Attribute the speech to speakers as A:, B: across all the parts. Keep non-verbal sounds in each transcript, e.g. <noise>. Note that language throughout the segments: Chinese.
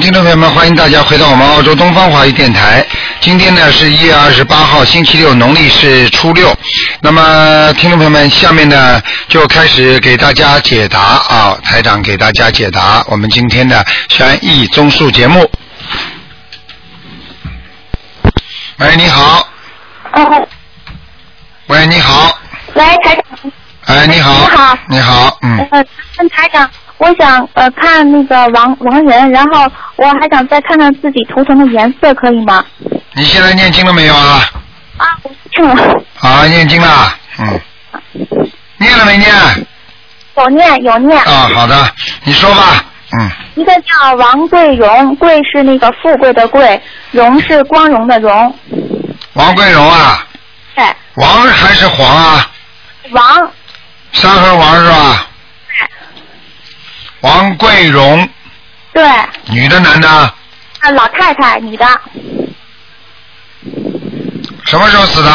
A: 听众朋友们，欢迎大家回到我们澳洲东方华语电台。今天呢是一月二十八号，星期六，农历是初六。那么，听众朋友们，下面呢就开始给大家解答啊，台长给大家解答我们今天的悬疑综述节目。喂，你好。
B: 哦，
A: 喂，你好。
B: 喂，台长，
A: 哎，你好。
B: 你好。
A: 你好，嗯，
B: 呃，问台长，我想呃看那个亡亡人，然后我还想再看看自己图腾的颜色，可以吗？
A: 你现在念经了没有啊？
B: 啊，我听了，
A: 啊，念经了，嗯，念了没念？
B: 有念有念，
A: 啊，好的，你说吧，嗯，
B: 一个叫王桂荣，桂是那个富贵的贵，荣是光荣的荣，
A: 王桂荣啊，
B: 对，
A: 王还是黄啊？
B: 王，
A: 三横王是吧？王桂荣，
B: 对，
A: 女的男的？
B: 啊，老太太，女的，
A: 什么时候死的？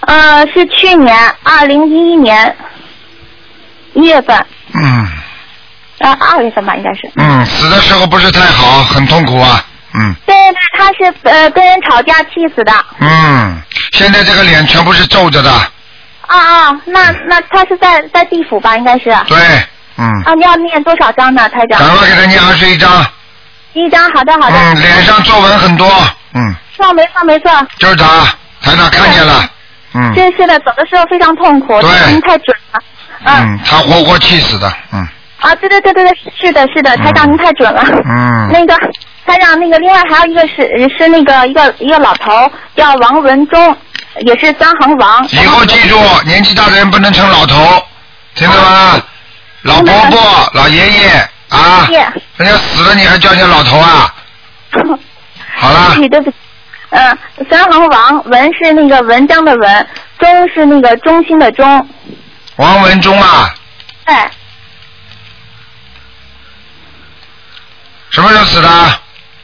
B: 呃，是去年二零一一年一月份，
A: 嗯
B: 呃，二月份吧，应该是。
A: 嗯，死的时候不是太好，很痛苦啊，嗯
B: 对对，他是呃跟人吵架气死的。
A: 嗯，现在这个脸全部是皱着的，
B: 啊啊，那那他是在在地府吧？应该是。啊，
A: 对，嗯，
B: 你要念多少章呢，台长？
A: 赶快给他念二十一张，
B: 一张，好的好的。
A: 嗯，脸上皱纹很多，嗯，
B: 错，没错没错，
A: 就是他，台长看见了，嗯。
B: 真是的，走的时候非常痛苦，
A: 对
B: 您太准了。啊
A: 嗯，他活活气死的，嗯
B: 啊，对对对对对，是的是的，台长您太准了。 <laughs>
A: 嗯，
B: 那个台长，那个另外还有一个是是那个一个一个老头儿叫王文忠，也是三横王。
A: 以后记住，年纪大的人不能成老头，听到吗？
B: 啊
A: 老伯伯、老爷爷啊，
B: 谢谢。
A: 人家死了你还叫人家老头啊？好啦
B: 对，不起，对不起。嗯，三横王文是那个文章的文，忠是那个忠心的哎忠。
A: 王文忠啊，
B: 对，
A: 什么时候死的？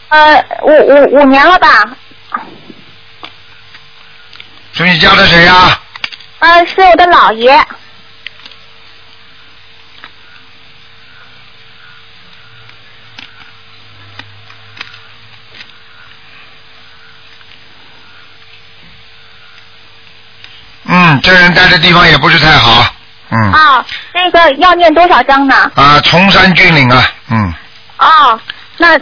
B: 呃，五五五年了吧？
A: 是你家的谁呀、啊？
B: 呃，是我的姥爷。
A: 嗯，这人待的地方也不是太好，嗯
B: 啊，那个要念多少章呢？
A: 啊，崇山峻岭啊，嗯，
B: 哦，那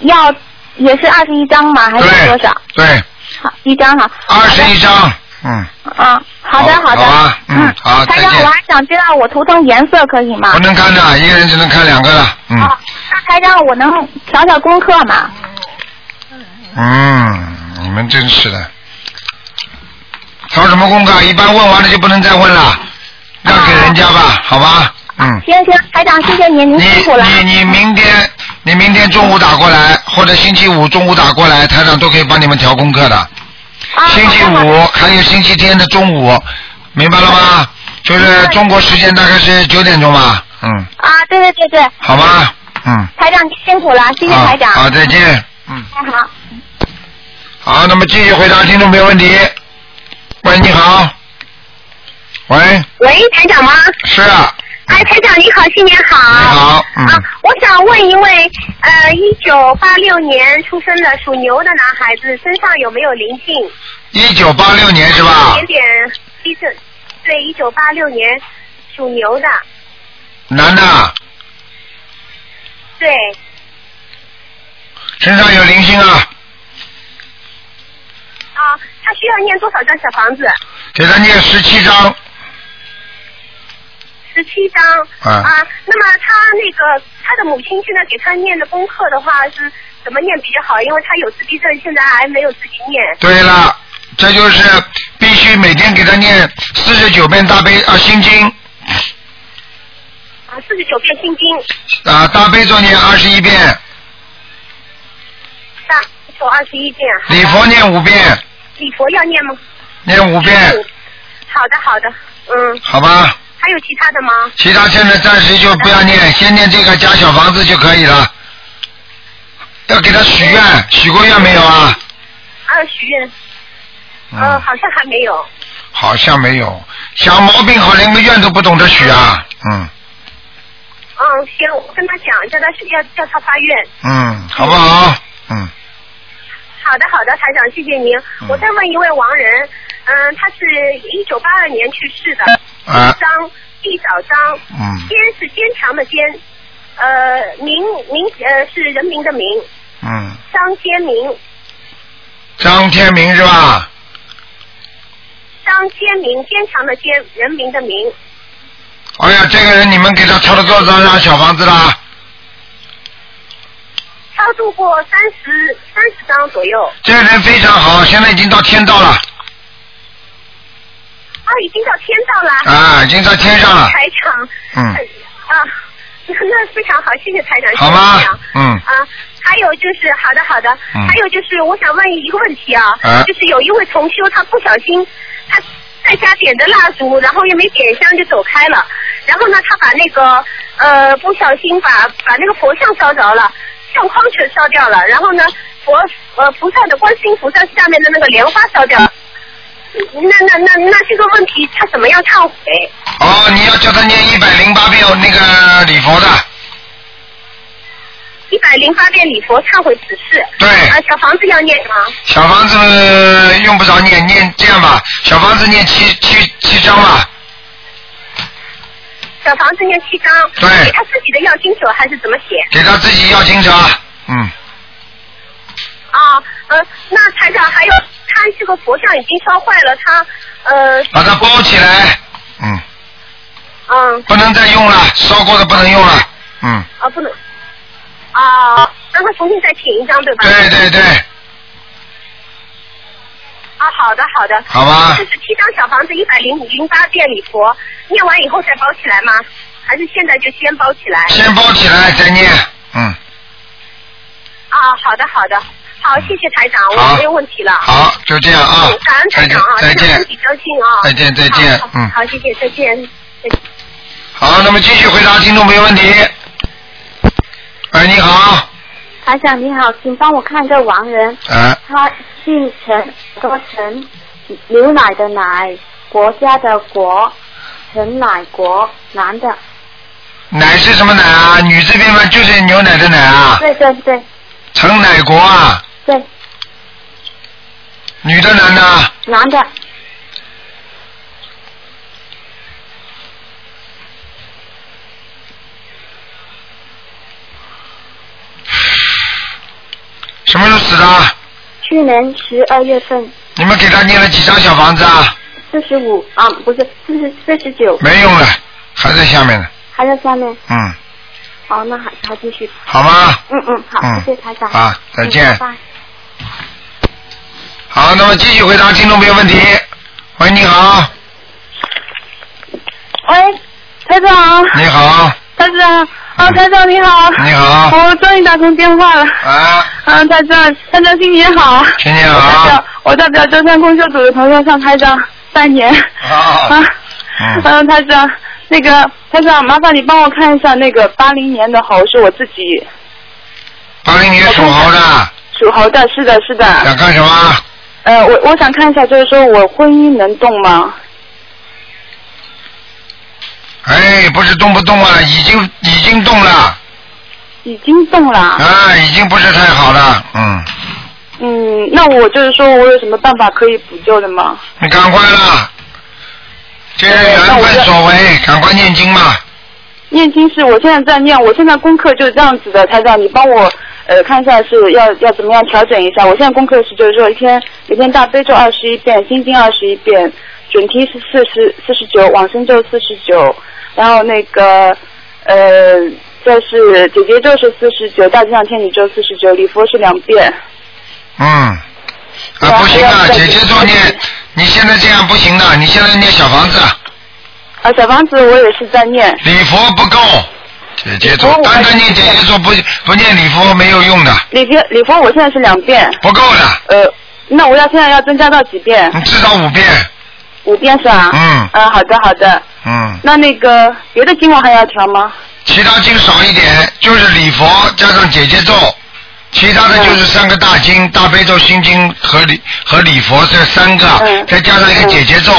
B: 要也是二十一章吗？还是
A: 对
B: 多少？
A: 对，
B: 好，一章哈。
A: 二十一张，嗯，
B: 啊，好的
A: 好
B: 的。
A: 好啊嗯好
B: 台长
A: 再，见
B: 我还想知道我图腾颜色可以吗
A: 不？能看的，一个人只能看两个了，嗯。
B: 啊，那台长，我能调调功课吗？
A: 嗯，你们真是的，挑什么功课？一般问完了就不能再问了，让给人家
B: 啊
A: 吧，好吧？嗯，
B: 行行，台长，谢谢您，您
A: 你
B: 辛苦了。
A: 你你明天你明天中午打过来，或者星期五中午打过来，台长都可以帮你们调功课的。
B: 啊，
A: 星期
B: 好的好的嗯
A: 五还有星期天的中午，明白了吗？就是中国时间大概是九点钟吧，嗯，
B: 啊，对对对对，
A: 好吧，嗯，
B: 台长您辛苦了，谢谢
A: 啊
B: 台长。
A: 好，再见，嗯。
B: 太好。
A: 好，那么继续回答听众朋友问题。喂，你好。喂，
C: 喂，台长吗？
A: 是啊，
C: 哎，台长你好，新年
A: 你
C: 好。
A: 好，嗯，
C: 啊，我想问一位，呃，一九八六年出生的属牛的男孩子身上有没有灵性？
A: 一九八六年是吧
C: 一？点点一九，对，一九八六年属牛的，
A: 男的，
C: 对，
A: 身上有灵性啊，
C: 啊，他需要念多少张小房子？
A: 给他念十七章。
C: 十七张。
A: 啊
C: 那么他那个他的母亲现在给他念的功课的话是怎么念比较好？因为他有自闭症，现在还没有自己念。
A: 对了，这就是必须每天给他念四十九遍大悲啊心经
C: 啊，四十九遍心经，
A: 啊大悲咒念二十一遍，
C: 大手二十一遍。好的
A: 礼佛念五遍，
C: 礼佛要念吗？嗯
A: 念五遍，
C: 好的，好的，嗯，
A: 好吧？
C: 还有其他的吗？
A: 其他现在暂时就不要念，先念这个加小房子就可以了。要给他许愿，许过愿没有啊？
C: 啊，许愿，呃，
A: 嗯，
C: 好像还没有。
A: 好像没有。小毛病好，连个愿都不懂得许啊。嗯，
C: 嗯，行，我跟他讲，叫他要叫他发愿。
A: 嗯，好不好？嗯，
C: 好的，好的，台长，谢谢您
A: 嗯。
C: 我再问一位亡人，嗯，他是一九八二年去世的，
A: 啊
C: 姓张，地找张，
A: 嗯
C: 坚是坚强的坚，呃，民民呃是人民的民，
A: 嗯，
C: 张坚民，
A: 张天明是吧？
C: 张坚民，坚强的坚，人民的民，
A: 哎呀，这个人你们给他抄了多少张小房子啦？
C: 超度过三十三十张左右，
A: 这个人非常好，现在已经到天道了，
C: 啊，已经到天道了。
A: 啊，已经在天上了，
C: 台长。
A: 嗯
C: 呃啊， <laughs> 那非常好，谢谢台长。
A: 好吗
C: 谢谢台长
A: 嗯
C: 啊，还有就是，好的好的。
A: 嗯
C: 还有就是，我想问一个问题啊，
A: 啊
C: 就是有一位同修，他不小心，他在家点的蜡烛，然后也没点香就走开了，然后呢，他把那个呃不小心把把那个佛像烧着了。相框全烧掉了，然后呢，佛呃菩萨的观世音菩萨下面的那个莲花烧掉了，那那那那这个问题他怎么样忏悔？
A: 哦，你要叫他念一百零八遍那个礼佛的，
C: 一百零八遍礼佛忏悔指示。
A: 对
C: 啊，小房子要念吗？
A: 小房子用不着念，念这样吧，小房子念七七七张吧，
C: 小房子念七张。
A: 对
C: 给他自己的要经者还是怎么写？
A: 给他自己要经者，嗯，
C: 啊，呃，那台长还有他这个佛像已经烧坏了，他呃
A: 把它包起来，嗯，
C: 嗯
A: 不能再用了，烧过的不能用了，嗯，
C: 啊不能啊，让他重新再请一张对吧？
A: 对对对，
C: 啊，好的好的。
A: 好吧
C: 就是七张小房子，一百零零八遍礼佛，念完以后再包起来吗？还是现在就先包起来？
A: 先包起来再念，嗯，
C: 啊，好的好的，好，谢谢台长，
A: 好
C: 我没有问题了。
A: 好，就这样啊
C: 感恩，
A: 再
C: 台
A: 见
C: 长啊，
A: 再
C: 台长
A: 见
C: 身。体高兴啊！
A: 再见再见
C: 好好
A: 嗯
C: 好，谢谢，再见，再见。
A: 好，那么继续回答听众朋友问题。哎，你好，
D: 台长你好，请帮我看一个亡人，
A: 哎，
D: 他姓陈，多陈，牛奶的奶，国家的国，陈乃国，男的，
A: 奶是什么奶啊？女字边嘛，就是牛奶的奶啊，
D: 对对对
A: 陈奶国啊，
D: 对，
A: 女的男的啊？
D: 男的，
A: 什么时候死的？啊
D: 去年十二月份，
A: 你们给他念了几张小房子啊？
D: 四十五啊，不是四十四十九，
A: 没用了，还在下面呢。
D: 还在下面，
A: 嗯，
D: 好，那还还继续，
A: 好吗？
D: 嗯嗯，好，
A: 嗯
D: 谢谢台长，
A: 啊再见
D: 嗯拜拜
A: 好，那么继续回答听众朋友问题。喂，你好，
E: 喂，台长，
A: 你好，
E: 台长，啊，台长你好，
A: 嗯你好，
E: 我终于打通电话了。
A: 啊，
E: 啊，台长，台长新年好。
A: 新年
E: 我代
A: 好
E: 表，我代表舟山共修组的同学向台长 <laughs> 拜年。
A: 啊
E: 啊，
A: 嗯
E: 嗯，台长，那个台长，麻烦你帮我看一下那个八零年的猴是我自己
A: 八零年属猴的，啊
E: 属猴的，是的，是的。
A: 想干什么？
E: 呃，我我想看一下，就是说我婚姻能动吗？
A: 哎，不是动不动啊，已经已经动了，
E: 已经动了。
A: 啊，已经不是太好了，嗯，
E: 嗯，那我就是说我有什么办法可以补救的吗？
A: 你赶快啦，这是缘分所为，赶快念经嘛，
E: 念经是我现在在念，我现在功课就是这样子的，台长，你帮我呃看一下是要要怎么样调整一下。我现在功课是就是说一天每天大悲咒二十一遍，心经二十一遍，准提是四十四十九，往生咒四十九，然后那个呃这是姐姐咒是四十九，大吉祥天女咒四十九，礼佛是两遍。
A: 嗯，
E: 对
A: 啊，不
E: 还
A: 行啊，
E: 要再
A: 姐姐做念，你现在这样不行啊的，你现在念小房子，
E: 啊，小房子我也是在念，
A: 礼佛不够，姐姐做
E: 礼佛我
A: 单单念姐姐做不不念礼佛没有用的，
E: 礼佛礼佛我现在是两遍，
A: 不够的，
E: 呃，那我要现在要增加到几遍？
A: 你至少五遍，
E: 五遍是吧？
A: 嗯
E: 嗯，好的好的。
A: 嗯，
E: 那那个别的经文还要调吗？
A: 其他经少一点，就是礼佛加上姐姐咒，其他的就是三个大经，大悲咒、心经和礼和礼佛这三个，
E: 嗯
A: 再加上一个姐姐咒，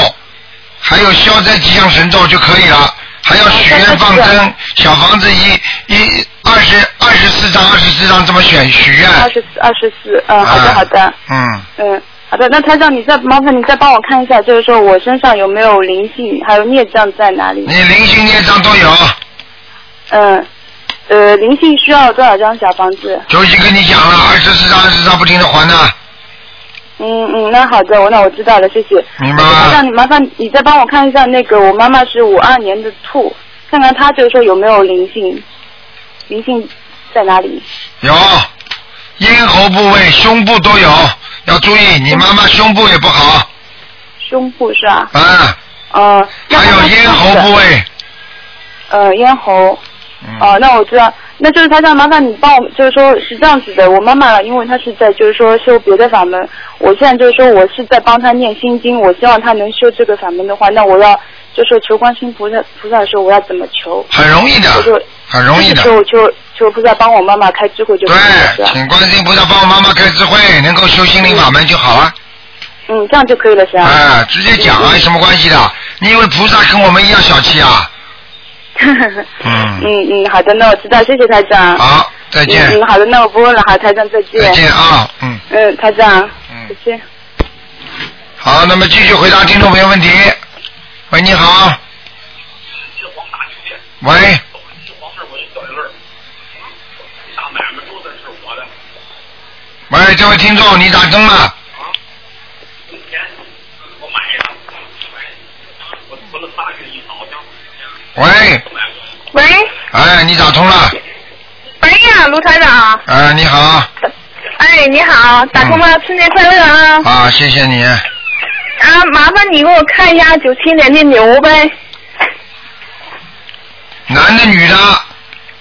A: 还有消灾吉祥神咒就可以了。还要许愿放生，小房子一一二十二十四张，二十四张这么选许愿。
E: 二十四，二十四，嗯，好的，
A: 啊
E: 好的，
A: 嗯，
E: 嗯，好的。那台长，你再麻烦你再帮我看一下，就是说我身上有没有灵性，还有孽障在哪里
A: 你？灵性孽障都有，
E: 嗯，呃，灵性需要多少张小房子？
A: 就已经跟你讲了，二十四张，二十张不停的还的，
E: 嗯嗯，那好的，我那我知道了，谢谢。
A: 明白
E: 台长，
A: 吗？
E: 你麻烦你再帮我看一下那个，我妈妈是五二年的兔，看看她就是说有没有灵性，灵性在哪里？
A: 有，咽喉部位、胸部都有，要注意，你妈妈胸部也不好，
E: 胸部是吧？
A: 啊，
E: 呃，那
A: 还有
E: 她
A: 咽喉部位，
E: 呃，咽喉。哦、
A: 嗯，
E: 那我知道，那就是台长，麻烦你帮我，就是说是这样子的，我妈妈因为她是在就是说修别的法门，我现在就是说我是在帮她念心经，我希望她能修这个法门的话，那我要就是说求观世音菩萨菩萨的时候，我要怎么求？
A: 很容易的
E: 就是，
A: 很容易的
E: 就，是求求求菩萨帮我妈妈开智慧就可以了，是
A: 对，
E: 吧？
A: 请观世音菩萨帮我妈妈开智慧，能够修心灵法门就好了。
E: 嗯，这样就可以了，是吧？
A: 哎，直接讲啊，有什么关系的？你以为菩萨跟我们一样小气啊？
F: <laughs>
E: 嗯
A: 嗯，
E: 嗯，好的，那我知道，谢谢台长。
A: 好，再见
E: 嗯，嗯，好的，那我不问了，好，台长再见。
A: 再见啊，嗯
E: 嗯，台长，再
A: 嗯，
E: 见。
A: 好，那么继续回答听众朋友问题。喂，你好。喂，喂，这位听众，你打通了？喂，
G: 喂，
A: 哎，你打通了？
G: 喂呀，卢台长，
A: 哎，你好，
G: 哎，你好，打通了，春节快乐啊！
A: 啊，谢谢你。
G: 啊，麻烦你给我看一下九七年的牛呗，
A: 男的女的，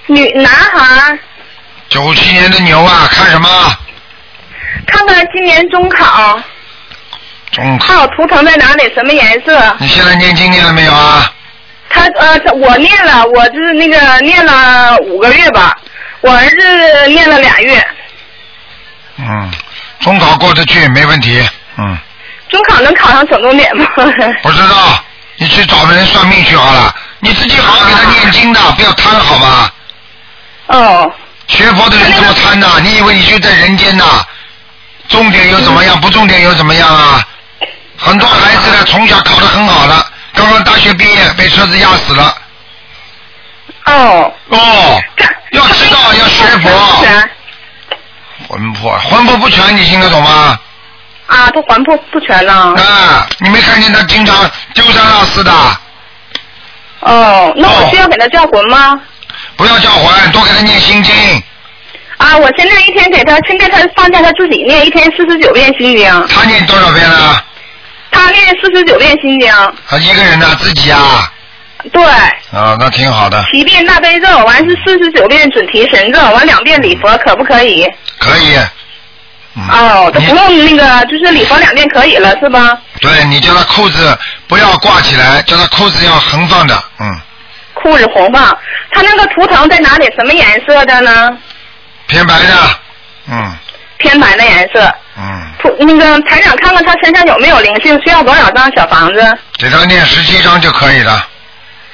G: 女男孩儿，
A: 九七年的牛啊，看什么？
G: 看看今年中考，
A: 中考。
G: 看我图腾在哪里，什么颜色？
A: 你现在念经念了没有啊？
G: 他呃，他我念了，我就是那个念了五个月吧，我儿子念了俩月，
A: 嗯，中考过得去没问题。嗯，
G: 中考能考上省重点吗？ <laughs>
A: 不知道，你去找人算命去好了。你自己好好给他念经的，不要贪好吗？
G: 哦，
A: 学佛的人怎么贪呐？你以为你就在人间呐？重点又怎么
G: 嗯
A: 样？不重点又怎么样啊？很多孩子呢，从小考得很好了，刚刚大学毕业被车子压死了。
G: 哦，
A: 哦，要知道要学佛，
G: 全
A: 魂魄魂魄不全，你听得懂吗？
G: 啊，他还不不全了。
A: 啊，你没看见他经常丢三落四的？
G: 哦，那
A: 哦
G: 我需要给他叫魂吗？
A: 不要叫魂，多给他念心经。
G: 啊，我现在一天给他，现在他放假他自己念，一天四十九遍心经，
A: 他念多少遍了？
G: 他念四十九遍心经，
A: 他啊一个人呢、自己啊。
G: 对，
A: 啊，那挺好的，
G: 七遍大悲咒，完是四十九遍准提神咒，完两遍礼佛，可不可以？
A: 可以。嗯、
G: 哦，他
A: 你
G: 不用那个，就是礼佛两遍可以了，是吧？
A: 对你叫他裤子不要挂起来，叫他裤子要横放的，嗯，
G: 裤子红吧？他那个图腾在哪里？什么颜色的呢？
A: 偏白的，嗯
G: 偏白的颜色。
A: 嗯，
G: 图那个台长看看他身上有没有灵性，需要多少张小房子？
A: 给他念十七章就可以了。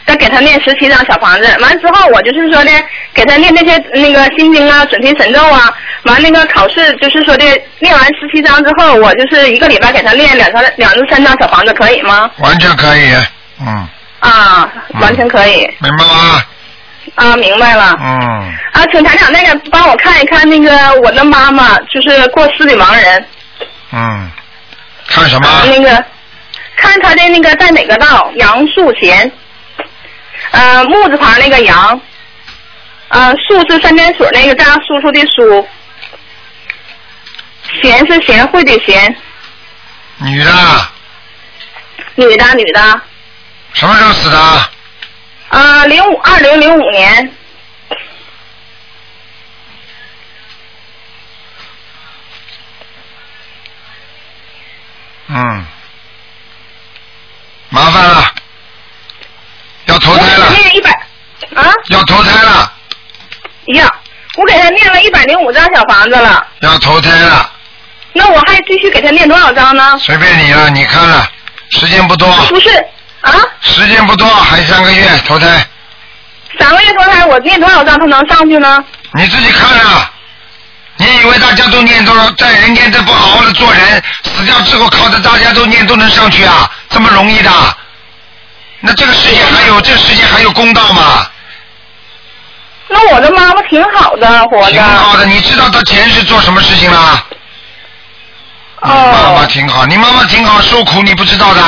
G: 再给他念十七张小房子，完之后我就是说的，给他念那些那个心经啊、准提神咒啊，完那个考试就是说的，念完十七张之后，我就是一个礼拜给他念两张、两至三张小房子，可以吗？
A: 完全可以，嗯，
G: 啊，
A: 嗯
G: 完全可以
A: 明白吗？
G: 啊，明白了。
A: 嗯，
G: 啊，请台长那个帮我看一看那个我的妈妈，就是过世的盲人，
A: 嗯，看什么？
G: 啊，那个看他的那个在哪个道，杨树贤，呃，木字旁那个杨，呃，树是三点水那个加叔叔的叔，贤是贤惠的贤，
A: 女的，
G: 女的女的，
A: 什么时候死的？
G: 啊，零五二零零五年，
A: 嗯，麻烦了，要投
G: 我给
A: 胎
G: 他
A: 了，
G: 念一百啊，
A: 要投胎了，
G: 呀，我给他念了一百零五张小房子了，
A: 要投胎了，
G: 那我还继续给他念多少张呢？
A: 随便你了，你看了，时间不多，
G: 不是
C: 啊，
A: 时间不多，还三个月投胎，
C: 三个月投胎，我念多少章才能上去呢？
A: 你自己看啊。你以为大家都念都在人间这不好好的做人，死掉之后靠着大家都念都能上去啊？这么容易的？那这个世界还有这个世界还有公道吗？
C: 那我的妈妈挺好的，活
A: 挺
C: 着。
A: 好的，你知道他前世做什么事情啦？你妈妈
C: 哦，
A: 挺好，你妈妈挺好，受苦你不知道的，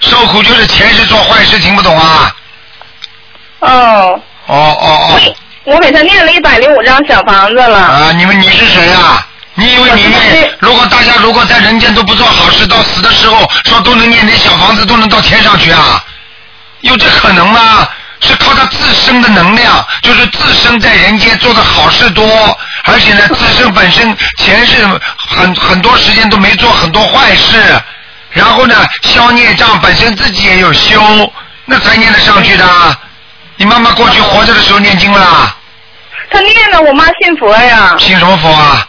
A: 受苦就是前世做坏事，听不懂啊？
C: 哦，
A: 哦哦
C: 我给他念了一百零五张小房子
A: 哦，
C: 了。
A: 啊，你们你是谁啊？你以为你
C: 我是
A: 念？如果大家如果在人间都不做好事，到死的时候说都能念点小房子，都能到天上去啊？有这可能吗？是靠他自身的能量，就是自身在人间做的好事多，而且呢，自身本身前世很很多时间都没做很多坏事，然后呢，消孽障本身自己也有修，那才念得上去的。你妈妈过去活着的时候念经啦，
C: 他念了，我妈信佛呀，
A: 信什么佛啊？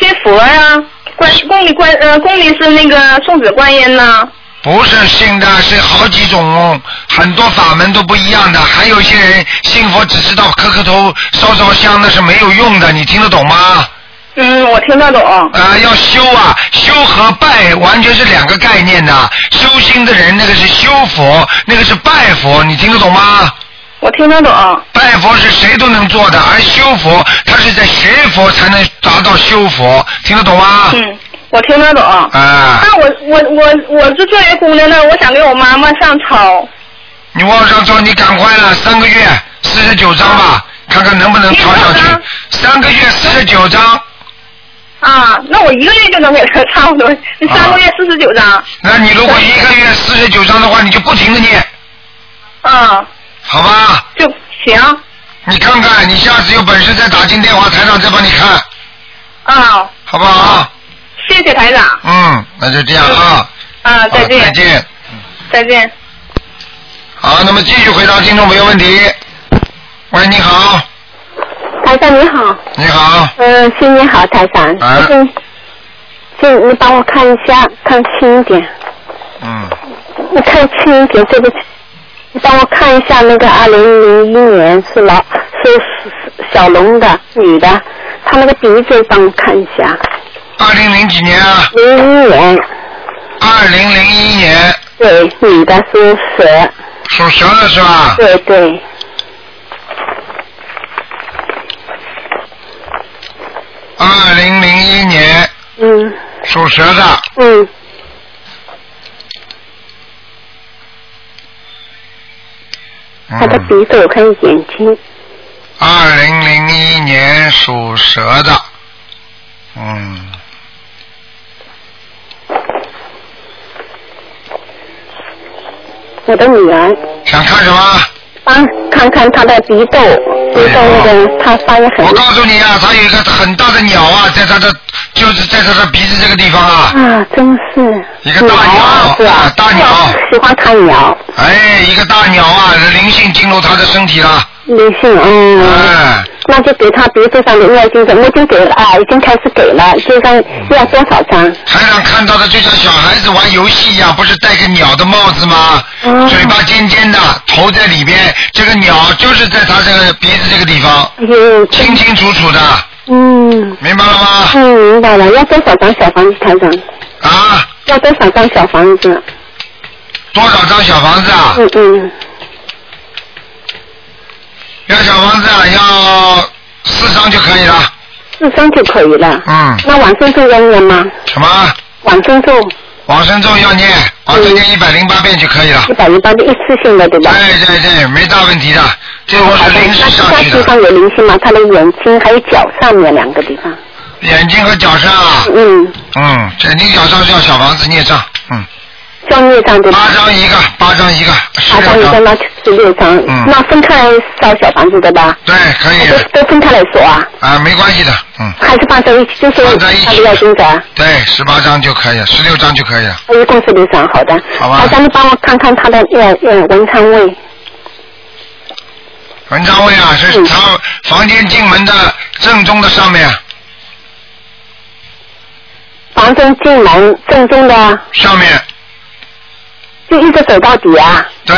C: 信佛呀，观宫里观呃宫里是那个送子观音呐。
A: 不是信的，是好几种，哦很多法门都不一样的。还有一些人信佛只知道磕磕头、烧烧香，那是没有用的。你听得懂吗？
C: 嗯，我听得懂。
A: 啊、要修啊，修和拜完全是两个概念的。修心的人，那个是修佛，那个是拜佛，你听得懂吗？
C: 我听得懂。
A: 拜佛是谁都能做的，而修佛，他是在学佛才能达到修佛，听得懂吗？
C: 嗯，我听得懂。
A: 啊、
C: 那我我我我是作为姑娘呢，我想给我妈妈上抄。
A: 你往上走，你赶快了，三个月四十九章吧，看看能不能抄上去
C: 你多少章。
A: 三个月四十九章，
C: 啊，那我一个月就能给他差不多，三个月四十九张。
A: 啊那你如果一个月四十九章的话，你就不停的念，
C: 啊，
A: 好吧？
C: 就行。
A: 你看看，你下次有本事再打进电话，台长再帮你看，
C: 啊，
A: 好不好？
C: 谢谢台长。
A: 嗯，那就这样啊。
C: 啊，再
A: 好再
C: 见，
A: 见。
C: 再见。
A: 好，那么继续回答听众朋友问题。喂，你好，
F: 台长你好，
A: 你好，
F: 嗯，新年好，台长，
A: 啊
F: 谢谢，请你帮我看一下，看清一点，
A: 嗯，
F: 你看清一点，对不起，你帮我看一下那个二零零一年是老是小龙的女的，她那个鼻子帮我看一下，
A: 二零零几年啊？
F: 零一年，
A: 二零零一年
F: 对，女的是蛇，
A: 属蛇的是吧？
F: 对对，
A: 二零零一年
F: 嗯
A: 属蛇的，
F: 嗯，她的
A: 嗯，
F: 鼻子我看眼睛，
A: 二零零一年属蛇的，嗯，
F: 我的女儿。
A: 想看什么？
F: 啊，看看她的鼻窦，鼻窦那
A: 哎
F: 个她发炎很
A: 我
F: 厉害
A: 告诉你啊，它有一个很大的鸟啊，在它的就是在它的鼻子这个地方啊，
F: 啊，真是
A: 一个大鸟
F: 啊是
A: 啊
F: 啊，
A: 大鸟
F: 喜欢看鸟，
A: 哎，一个大鸟啊，灵性进入它的身体了，
F: 灵性，嗯，
A: 哎，
F: 那就给他鼻子上的尿精者，我就给了啊，已经开始给了，就让要多少张？
A: 台上看到的就像小孩子玩游戏一样，不是戴个鸟的帽子吗？
F: 哦
A: 嘴巴尖尖的，头在里边，这个鸟就是在它这个鼻子这个地方，
F: 哎呦，
A: 清清楚楚的，
F: 嗯，
A: 明白了吗？
F: 嗯，明白了，要多少张小房子，台长？
A: 啊，
F: 要多少张小房子？
A: 多少张小房子啊？
F: 嗯嗯，
A: 要小房子啊，要四张就可以了。
F: 四张就可以了。
A: 嗯，
F: 那往生咒要念吗？
A: 什么？
F: 往生咒
A: 往生咒要念，往生
F: 嗯
A: 念一百零八遍就可以了
F: 一。百零八的一次性的，对吧？
A: 对对对，没大问题的，这我
F: 好
A: 是
F: 的，
A: 临时
F: 那其
A: 上
F: 他地
A: 去的，
F: 方有灵性吗？他的眼睛还有脚上面两个地方。
A: 眼睛和脚上啊，
F: 嗯，
A: 嗯，眼睛脚上是要小房子孽障，嗯，
F: 叫孽障对吧？
A: 八张一个，八张一个，十
F: 好像
A: 六
F: 你
A: 张
F: 刚，刚十六张，
A: 嗯
F: 那分开来烧小房子的吧？
A: 对，可以的
F: 都都分开来说啊，
A: 啊，没关系的，嗯，
F: 还是放在一起？就是
A: 放在一起
F: 他的要经者啊，
A: 对，十八张就可以了，十六张就可以了。
F: 一共十六张，好的。
A: 好吧
F: 好的，你帮我看看他的呃呃文昌位，
A: 文昌位啊，是
F: 嗯
A: 他房间进门的正中的上面，啊
F: 房中进门正中的
A: 上面
F: 进啊就一直走到底啊？
A: 对，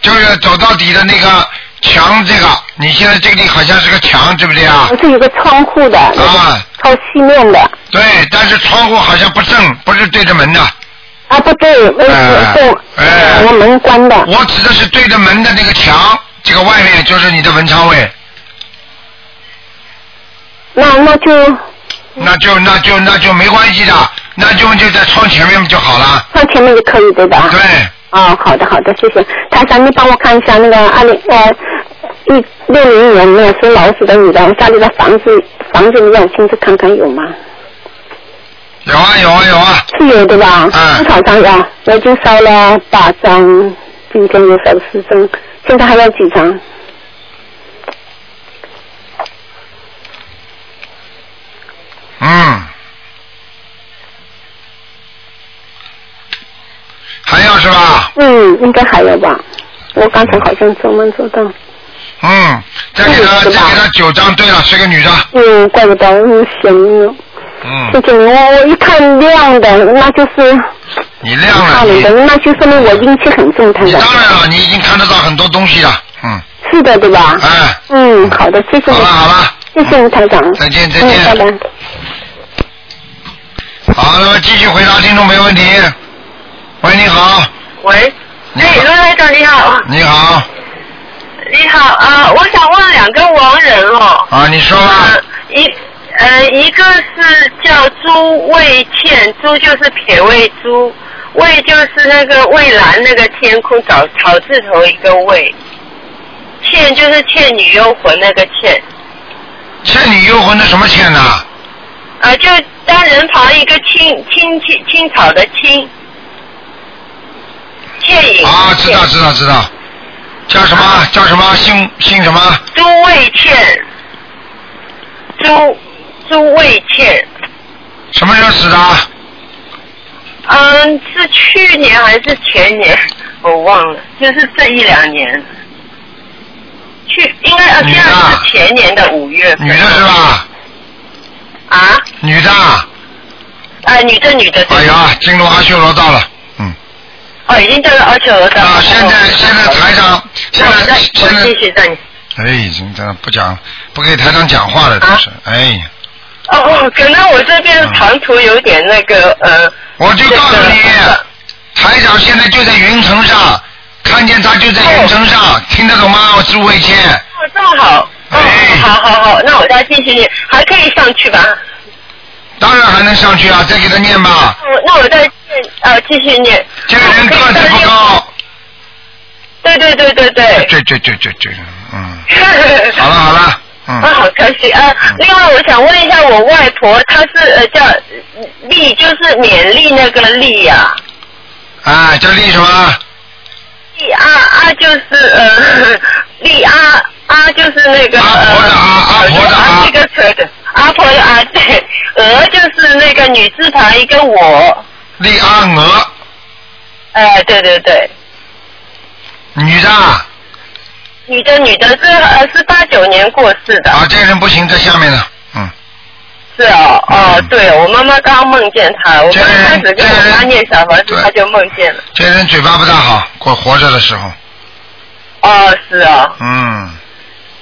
A: 就是走到底的那个墙，这个你现在这个地好像是个墙，对不对啊
F: 我？是有个窗户的，那个
A: 啊，
F: 靠西面的
A: 对，但是窗户好像不正，不是对着门的。
F: 啊，不对，那是
A: 哎
F: 对，
A: 哎
F: 我门关的
A: 我指的是对着门的那个墙，这个外面就是你的文昌位，
F: 那那就
A: 那就那就那就没关系的，那就就在窗前面就好了。
F: 放前面就可以对吧？
A: 对，
F: 哦，好的好的，谢谢。台长，你帮我看一下那个二零呃一六零年那属老鼠的女的，我家里的房子房子你让我亲自看看有吗？
A: 有啊有啊有啊，
F: 是有的吧？
A: 嗯
F: 多少张呀？我已经烧了八张，今天又烧了四张，现在还要几张？
A: 嗯，还有是吧？
F: 嗯，应该还有吧。我刚才好像做梦做到，
A: 嗯，再给他
F: 嗯
A: 再
F: 是吧
A: 给他九张，对了，是个女的，
F: 嗯，怪不得，嗯，行了，谢
A: 嗯，
F: 谢你。我我一看亮的，那就是
A: 你亮了，
F: 看
A: 你
F: 你的，那就说明我阴气很重，台
A: 你
F: 长。
A: 当然啊了，你已经看得到很多东西了，嗯，
F: 是的，对吧？
A: 哎，
F: 嗯，好的，谢谢
A: 好
F: 你
A: 了，好了，
F: 谢谢你，台长。
A: 再见再
F: 嗯，拜
A: 见，
F: 拜。
A: 好，那么继续回答听众没问题。喂，你好，
G: 喂，
A: 你
G: 哎，罗
A: 好，
G: 台长你好，
A: 你好，
G: 你好啊、我想问两个亡人哦，
A: 啊，你说吧，
G: 呃，一呃一个是叫朱卫倩，朱就是撇位朱，卫就是那个蔚蓝那个天空草草字头一个卫，倩就是倩女幽魂那个倩，
A: 倩女幽魂的什么倩呢？
G: 啊、就单人旁一个青青青青草的青，倩影
A: 啊，
G: 倩
A: 知道知道知道，叫什么
G: 啊
A: 叫什么姓姓什么？
G: 朱卫倩，朱朱卫倩，
A: 什么时候死的？
G: 嗯，是去年还是前年？我忘了，就是这一两年。去应该呃，
A: 女
G: 现
A: 的
G: 在是前年的五月份。
A: 女的是吧？
G: 啊，
A: 女的，
G: 呃，女的女的。对
A: 哎呀，进入阿修罗道了。嗯，
G: 哦，已经到了哦二九楼的。
A: 啊，现在现在台长，现
G: 我
A: 在
G: 在
A: 现
G: 我
A: 在
G: 继，续哦在你。
A: 哎，已经在那不讲，不给台长讲
G: 啊
A: 话了，这是，哎，
G: 哦哦，可能我这边长途有点那个呃。
A: 啊我就告诉你，台长现在就在云层上，看见他就在云层上，听得懂吗？我是魏倩，
G: 哦，正好。哦
A: 哎，
G: 好好好，那我再继续念，还可以上去吧？
A: 当然还能上去啊，再给他念吧，
G: 哦，那我再念呃继续念。哦
A: 这个人
G: 可以
A: 个子
G: 再
A: 不
G: 念
A: 高，
G: 对对对对对。
A: 对对对对对，嗯。 <laughs> 好了好了，嗯
G: 啊，，好可惜啊！另外，我想问一下，我外婆她是呃叫丽，就是勉励那个丽呀、啊，
A: 啊，叫丽什么？
G: 丽阿阿啊就是呃丽阿阿就是那个
A: 阿婆的阿
G: 呃
A: 阿婆的阿
G: 这个车的啊阿婆的阿对，鹅就是那个女字旁一个我，
A: 丽阿娥，
G: 哎、对对对，
A: 女的。啊，
G: 女的女的，这呃是八九年过世的，
A: 啊这个人不行，在下面呢。嗯，
G: 是哦哦
A: 嗯，
G: 对我妈妈刚刚梦见她，我
A: 这
G: 刚
A: 个人
G: 开始跟我妈念小房
A: 这
G: 子
A: 个，人
G: 她就梦见了。
A: 这个人嘴巴不大好，过活着的时候。
G: 哦，是哦，
A: 嗯，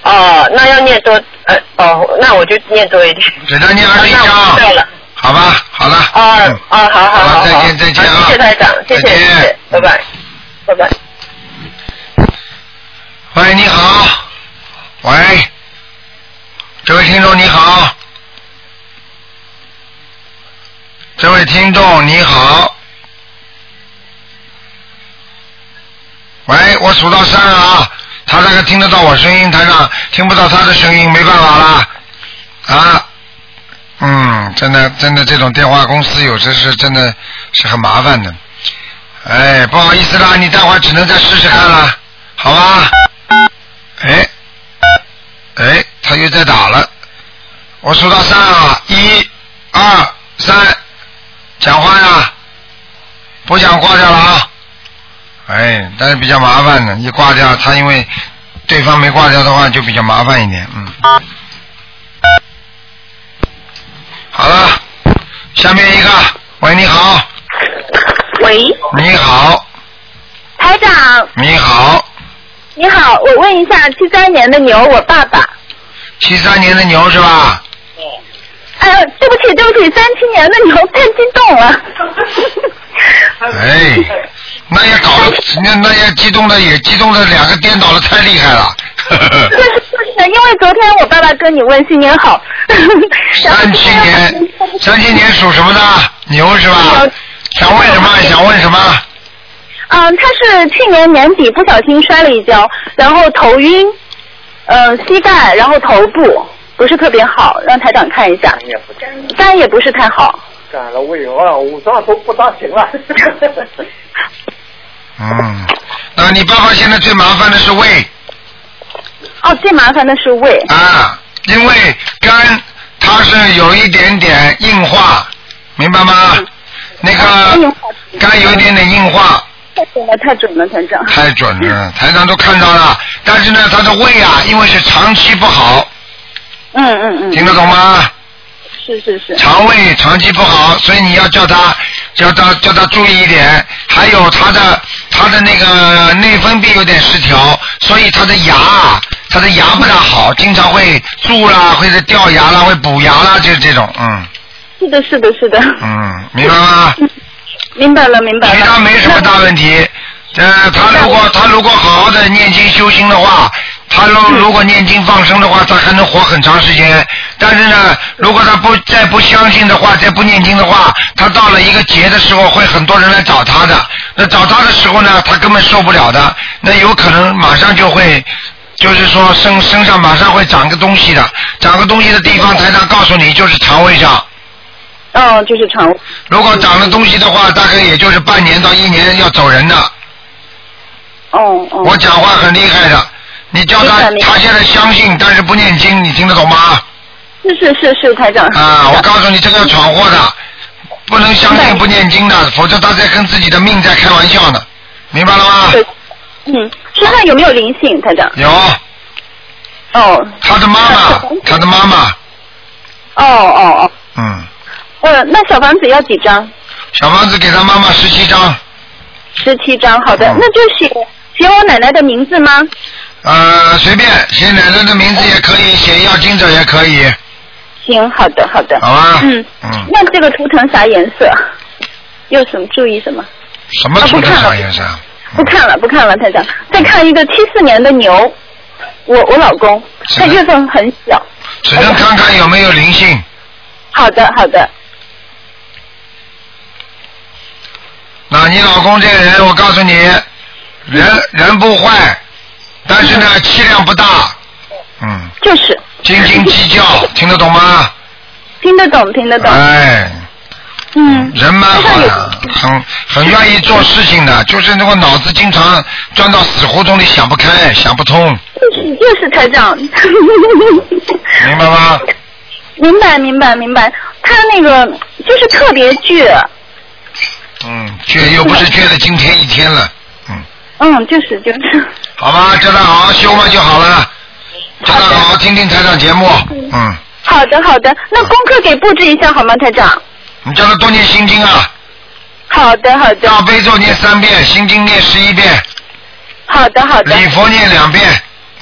G: 哦，那要念多，呃，哦，那我就念多一点。
A: 给他念
G: 啊
A: 二十一
G: 那我知道
A: 章，
G: 了。
A: 好吧？好了。
G: 啊
A: 嗯
G: 啊，好好
A: 好
G: 好，
A: 再见再见啊
G: 好谢谢台长，谢谢
A: 再见
G: 谢谢，拜拜，拜拜。
A: 喂，你好。喂，这位听众你好。这位听众你好。喂，我数到三啊，他那个听得到我声音，台长听不到他的声音，没办法啦。啊，嗯，真的真的，这种电话公司有时是真的是很麻烦的。哎，不好意思啦，你待会儿只能再试试看啦，好吧？哎，哎，他又在打了。我数到三啊，一、二、三，讲话呀，不想挂掉了啊。哎，但是比较麻烦的，一挂掉，他因为对方没挂掉的话，就比较麻烦一点，嗯。好了，下面一个，喂，你好，
F: 喂，
A: 你好，
F: 长，
A: 你好，
F: 你好，我问一下，七三年的牛，我爸爸。
A: 七三年的牛是吧？
F: 哎呦，对不起，对不起，三七年的牛太激动了。
A: 哎，那也搞得，那那也激动的也激动的两个颠倒的太厉害了。 <laughs> 嗯
F: 就是就是，因为昨天我爸爸跟你问新年好，然后
A: 三七年，三七年属什么的？牛是吧？想问什么？想问什么？
F: 嗯，他是去年年底不小心摔了一跤，然后头晕，呃，膝盖，然后头部不是特别好，让台长看一下，
H: 也不干
F: 肝也不是太好。
H: 干了，胃啊，五脏都不大行啊
A: <laughs>
H: 了。
A: 嗯，那你爸爸现在最麻烦的是胃
F: 哦，最麻烦的是胃。
A: 啊，因为肝它是有一点点硬化，明白吗？
F: 嗯
A: 那个肝有一点点硬化，
F: 太准了，太准了，团长。
A: 太准了，台长都看到了。但是呢，他的胃啊，因为是长期不好，
F: 嗯嗯嗯，
A: 听得懂吗？
F: 是是是。
A: 肠胃长期不好，所以你要叫他，叫他叫他注意一点。还有他的他的那个内分泌有点失调，所以他的牙啊，他的牙不大好，经常会蛀啦，或者掉牙啦，会补牙啦，就是这种，嗯
F: 是的，是的，是的，
A: 嗯，明白吗？
F: <laughs> 明白了，明白了。
A: 其他没什么大问题。呃，他如果他如果好好的念经修心的话，他如如果念经放生的话，他还能活很长时间。但是呢，如果他不再不相信的话，再不念经的话，他到了一个劫的时候，会很多人来找他的。那找他的时候呢，他根本受不了的，那有可能马上就会。就是说身身上马上会长个东西的，长个东西的地方，台上告诉你就是肠胃上。
F: 哦，就是肠胃。
A: 如果长了东西的话，大概也就是半年到一年要走人的。
F: 哦哦。
A: 我讲话很厉害的，你叫
F: 明
A: 他
F: 白，明白
A: 他现在相信，但是不念经，你听得懂吗？
F: 是是是是，台长。
A: 啊，我告诉你，这个要闯祸的，不能相
F: 嗯明白
A: 信不念经的，否则他在跟自己的命在开玩笑呢，明白了吗？
F: 对嗯，身上有没有灵性，台长？
A: 有，
F: 哦
A: 他的妈妈，他的妈妈，
F: 哦哦哦，
A: 嗯，
F: 呃，那小房子要几张？
A: 小房子给他妈妈十七张，
F: 十七张，好的，
A: 嗯
F: 那就写写我奶奶的名字吗？
A: 呃，随便写奶奶的名字也可以，写要经者也可以，
F: 行，好的，好的。
A: 好吧？
F: 嗯
A: 嗯，
F: 那这个图腾啥颜色？有什么注意什么？
A: 什么
F: 啊
A: 图
F: 不
A: 腾
F: 看了
A: 上也是啊？
F: 不看了，不看了，台长。再看一个七四年的牛，我我老公，
A: 是
F: 他
A: 的
F: 月份很小。
A: 只能看看有没有灵性。
F: 好的，好的。
A: 那你老公这个人，我告诉你，人人不坏，但是呢气量不大，嗯，
F: 就是
A: 斤斤计
F: <laughs>
A: 较，听得懂吗？
F: 听得懂，听得懂。
A: 哎，
F: 嗯，
A: 人蛮好的，很很愿意做事情的，就是那个脑子经常钻到死胡同里，想不开，想不通，
F: 就是就是台长。
A: 明白
F: <laughs>
A: 吗？
F: 明白，明白，明白。他那个就是特别倔，
A: 嗯，倔又不是倔了今天一天了，嗯，
F: 嗯，就是就是。 <laughs>
A: 好吧，叫他好好修嘛就好了，叫他好好听听台长节目，嗯，
F: 好的，好的。那功课给布置一下好吗，台长？
A: 你叫他多念心经啊。
F: 好的，好的，
A: 大悲咒念三遍，心经念十一遍，
F: 好的，好的。
A: 礼佛念两遍，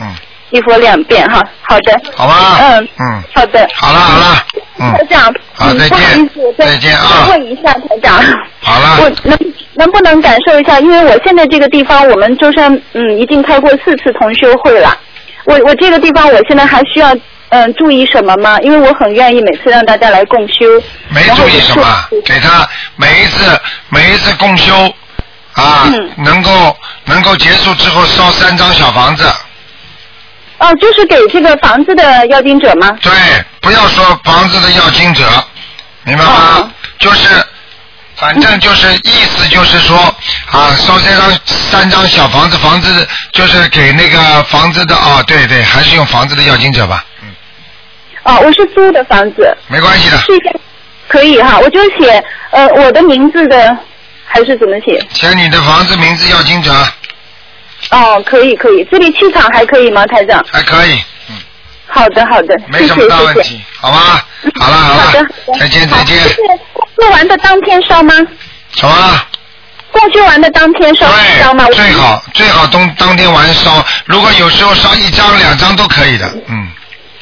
A: 嗯，
F: 一佛两遍哈，好的。
A: 好吧，
F: 嗯
A: 嗯，
F: 好的。
A: 好了好了，
F: 台
A: 嗯，
F: 长，
A: 好
F: 嗯
A: 再
F: 不好
A: 见
F: 意思，我再
A: 再见啊
F: 问一下台长，
A: 好
F: 我
A: 了，
F: 能能不能感受一下？因为我现在这个地方，我们舟山嗯已经开过四次同修会了。我我这个地方，我现在还需要嗯注意什么吗？因为我很愿意每次让大家来共修。
A: 没注意什么，给他每一次每一次共修啊，
F: 嗯
A: 能够能够结束之后烧三张小房子，
F: 哦，就是给这个房子的要经者吗？
A: 对，不要说房子的要经者，明白吗？
F: 哦
A: 就是。反正就是意思就是说啊，烧三张三张小房子，房子就是给那个房子的啊、对对，还是用房子的要经者吧，嗯。
F: 哦，我是租的房子，
A: 没关系的，
F: 是一个可以哈，我就写呃我的名字的还是怎么写？
A: 写你的房子名字要经常，
F: 哦，可以可以，这里气场还可以吗，台长？
A: 还可以，
F: 好的好的，
A: 没
F: 谢
A: 什
F: 谢
A: 么大问
F: 谢谢。
A: 题，好吧？好了
F: 好
A: 好
F: 的
A: 了，再见再见
F: 好，就是做完的当天烧吗？
A: 什么？
F: 共修完的当天烧。
A: 啊对
I: 张吗？
A: 最好最好当当天晚上烧，如果有时候烧一张两张都可以的，嗯，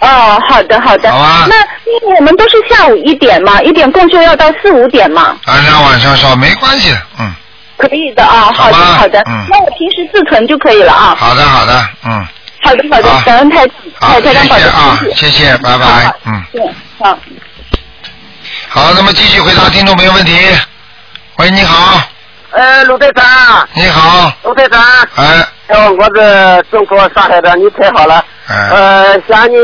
I: 哦，好的好的。
A: 好啊
I: 那那我们都是下午一点嘛，一点供就要到四五点嘛。
A: 啊，那晚上烧没关系的，嗯，
I: 可以的啊，好的
A: 好吧
I: 好的
A: 嗯。
I: 那我平时自存就可以了啊。
A: 好的好的，嗯，
I: 好的好的
A: 好，
I: 感恩台
A: 啊好，
I: 台台长
A: 谢
I: 保
A: 谢
I: 重
A: 啊
I: 身，体。
A: 谢谢，拜拜
I: 好，
A: 嗯，
I: 对，好。
A: 好，那么继续回答听众朋友问题。喂，你好，
J: 呃，卢队长，
A: 你好，
J: 卢队长，
A: 嗯哎
J: 呃，我是中国上海的，你太好了。
A: 哎，
J: 呃，向你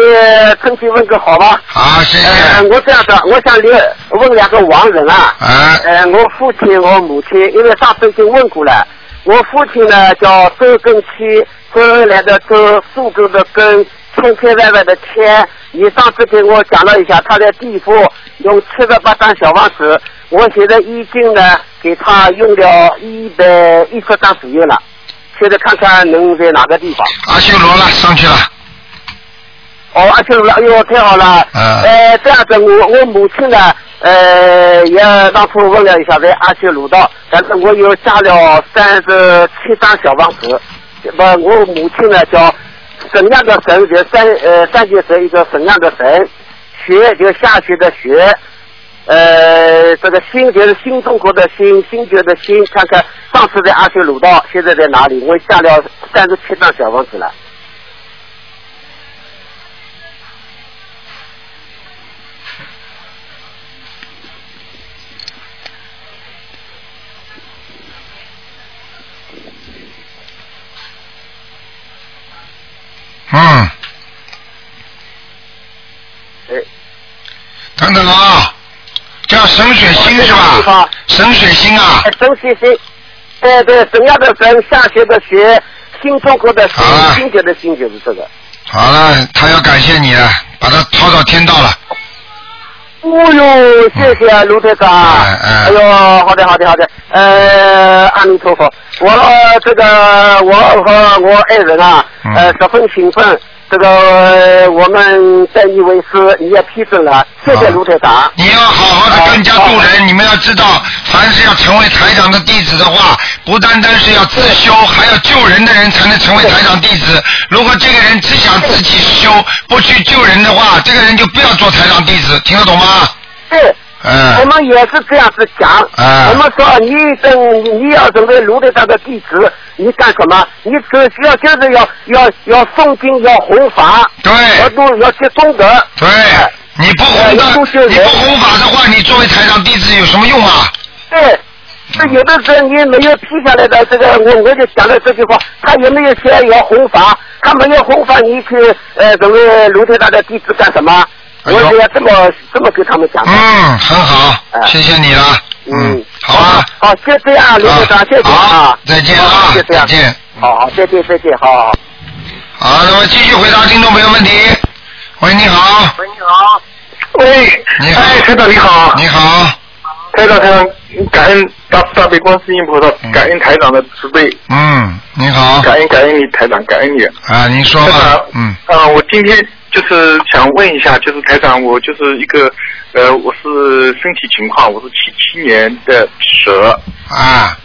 J: 恳切问个好吧。
A: 好，谢
J: 呃，
A: 谢，
J: 我这样的，我想了问两个亡人啊。
A: 哎
J: 呃，我父亲，我母亲，因为上次已经问过了。我父亲呢叫周根七，周恩来的周，苏州的根，千千万万的千。你上次给我讲了一下，他在地府用七十八张小房子，我现在已经呢给他用了一百一十张左右了。现在看看能在哪个地方？
A: 阿修罗了，上去了，
J: 哦，阿修罗，哎呦，太好了！
A: 嗯
J: 呃，这样子，我我母亲呢，呃，也当初问了一下在阿修罗道，但是我又加了三十七张小房子。不，我母亲呢叫怎样的神，就三呃三界神一个怎样的神，学就下学的学，呃，这个心就是新中国的心，心觉的心。看看上次在阿修罗道，现在在哪里？我加了三十七张小房子了。
A: 嗯，
J: 哎。
A: 等等啊，叫沈水星是吧？沈水星啊，
J: 周学星，对对，怎样的神，下学的学，新中国的新
A: 好啊了，
J: 新觉的新就是这个。
A: 好了，他要感谢你了，把他抄到天道了。
J: 哦呦，谢谢啊，卢队长。
A: 哎哎
J: 哎呦，好的好的好的，呃，阿弥陀佛，我呃这个我和我爱人啊，
A: 嗯
J: 呃，十分兴奋。这个呃我们拜你为师，你也批准了，谢谢
A: 好
J: 卢队长。哎
A: 你要好好的跟人家渡
J: 好
A: 人，你们要知道，凡是要成为台长的弟子的话，不单单是要自修，还要救人的人才能成为台长弟子。如果这个人只想自己修，不去救人的话，这个人就不要做台长弟子，听得懂吗？
J: 对。我
A: 嗯，
J: 们也是这样子讲，
A: 啊
J: 我们说你等你要成为卢队长的弟子，你干什么？你只需要就是要要要诵经，要弘法，
A: 对
J: 要做要积功德。
A: 对，你不弘
J: 哎
A: 的
J: 要多救，人
A: 你不弘法的话，你作为台长弟子有什么用啊？
J: 对，这有的时候你没有批下来的这个，我我就讲了这句话，他有没有先要弘法？他没有弘法，你去呃成为卢队长的弟子干什么？我
A: 哎呦
J: 也这么这么跟他们讲的。
A: 嗯，很好，
I: 啊
A: 谢谢你了。嗯，好啊，
J: 好，就这样，卢队长，谢谢
A: 好
J: 啊，，
A: 再见啊，
J: 就这
A: 再
J: 样，
A: 见。
J: 好好，再见，再见，好好。
A: 好，那么继续回答听众朋友问题。喂，你好，
H: 喂，你好。喂，
A: 你好
H: 哎，台长你好，
A: 你好，
H: 台长台长，感恩大大悲观世音菩萨
A: 嗯，
H: 感恩台长的慈悲，
A: 嗯，你好，
H: 感恩感恩你台长，感恩你。
A: 啊，您说
H: 台
A: 吧
H: 长，，
A: 嗯，
H: 啊、我今天就是想问一下，就是台长，我就是一个，呃，我是身体情况，我是七七年的蛇，
A: 啊，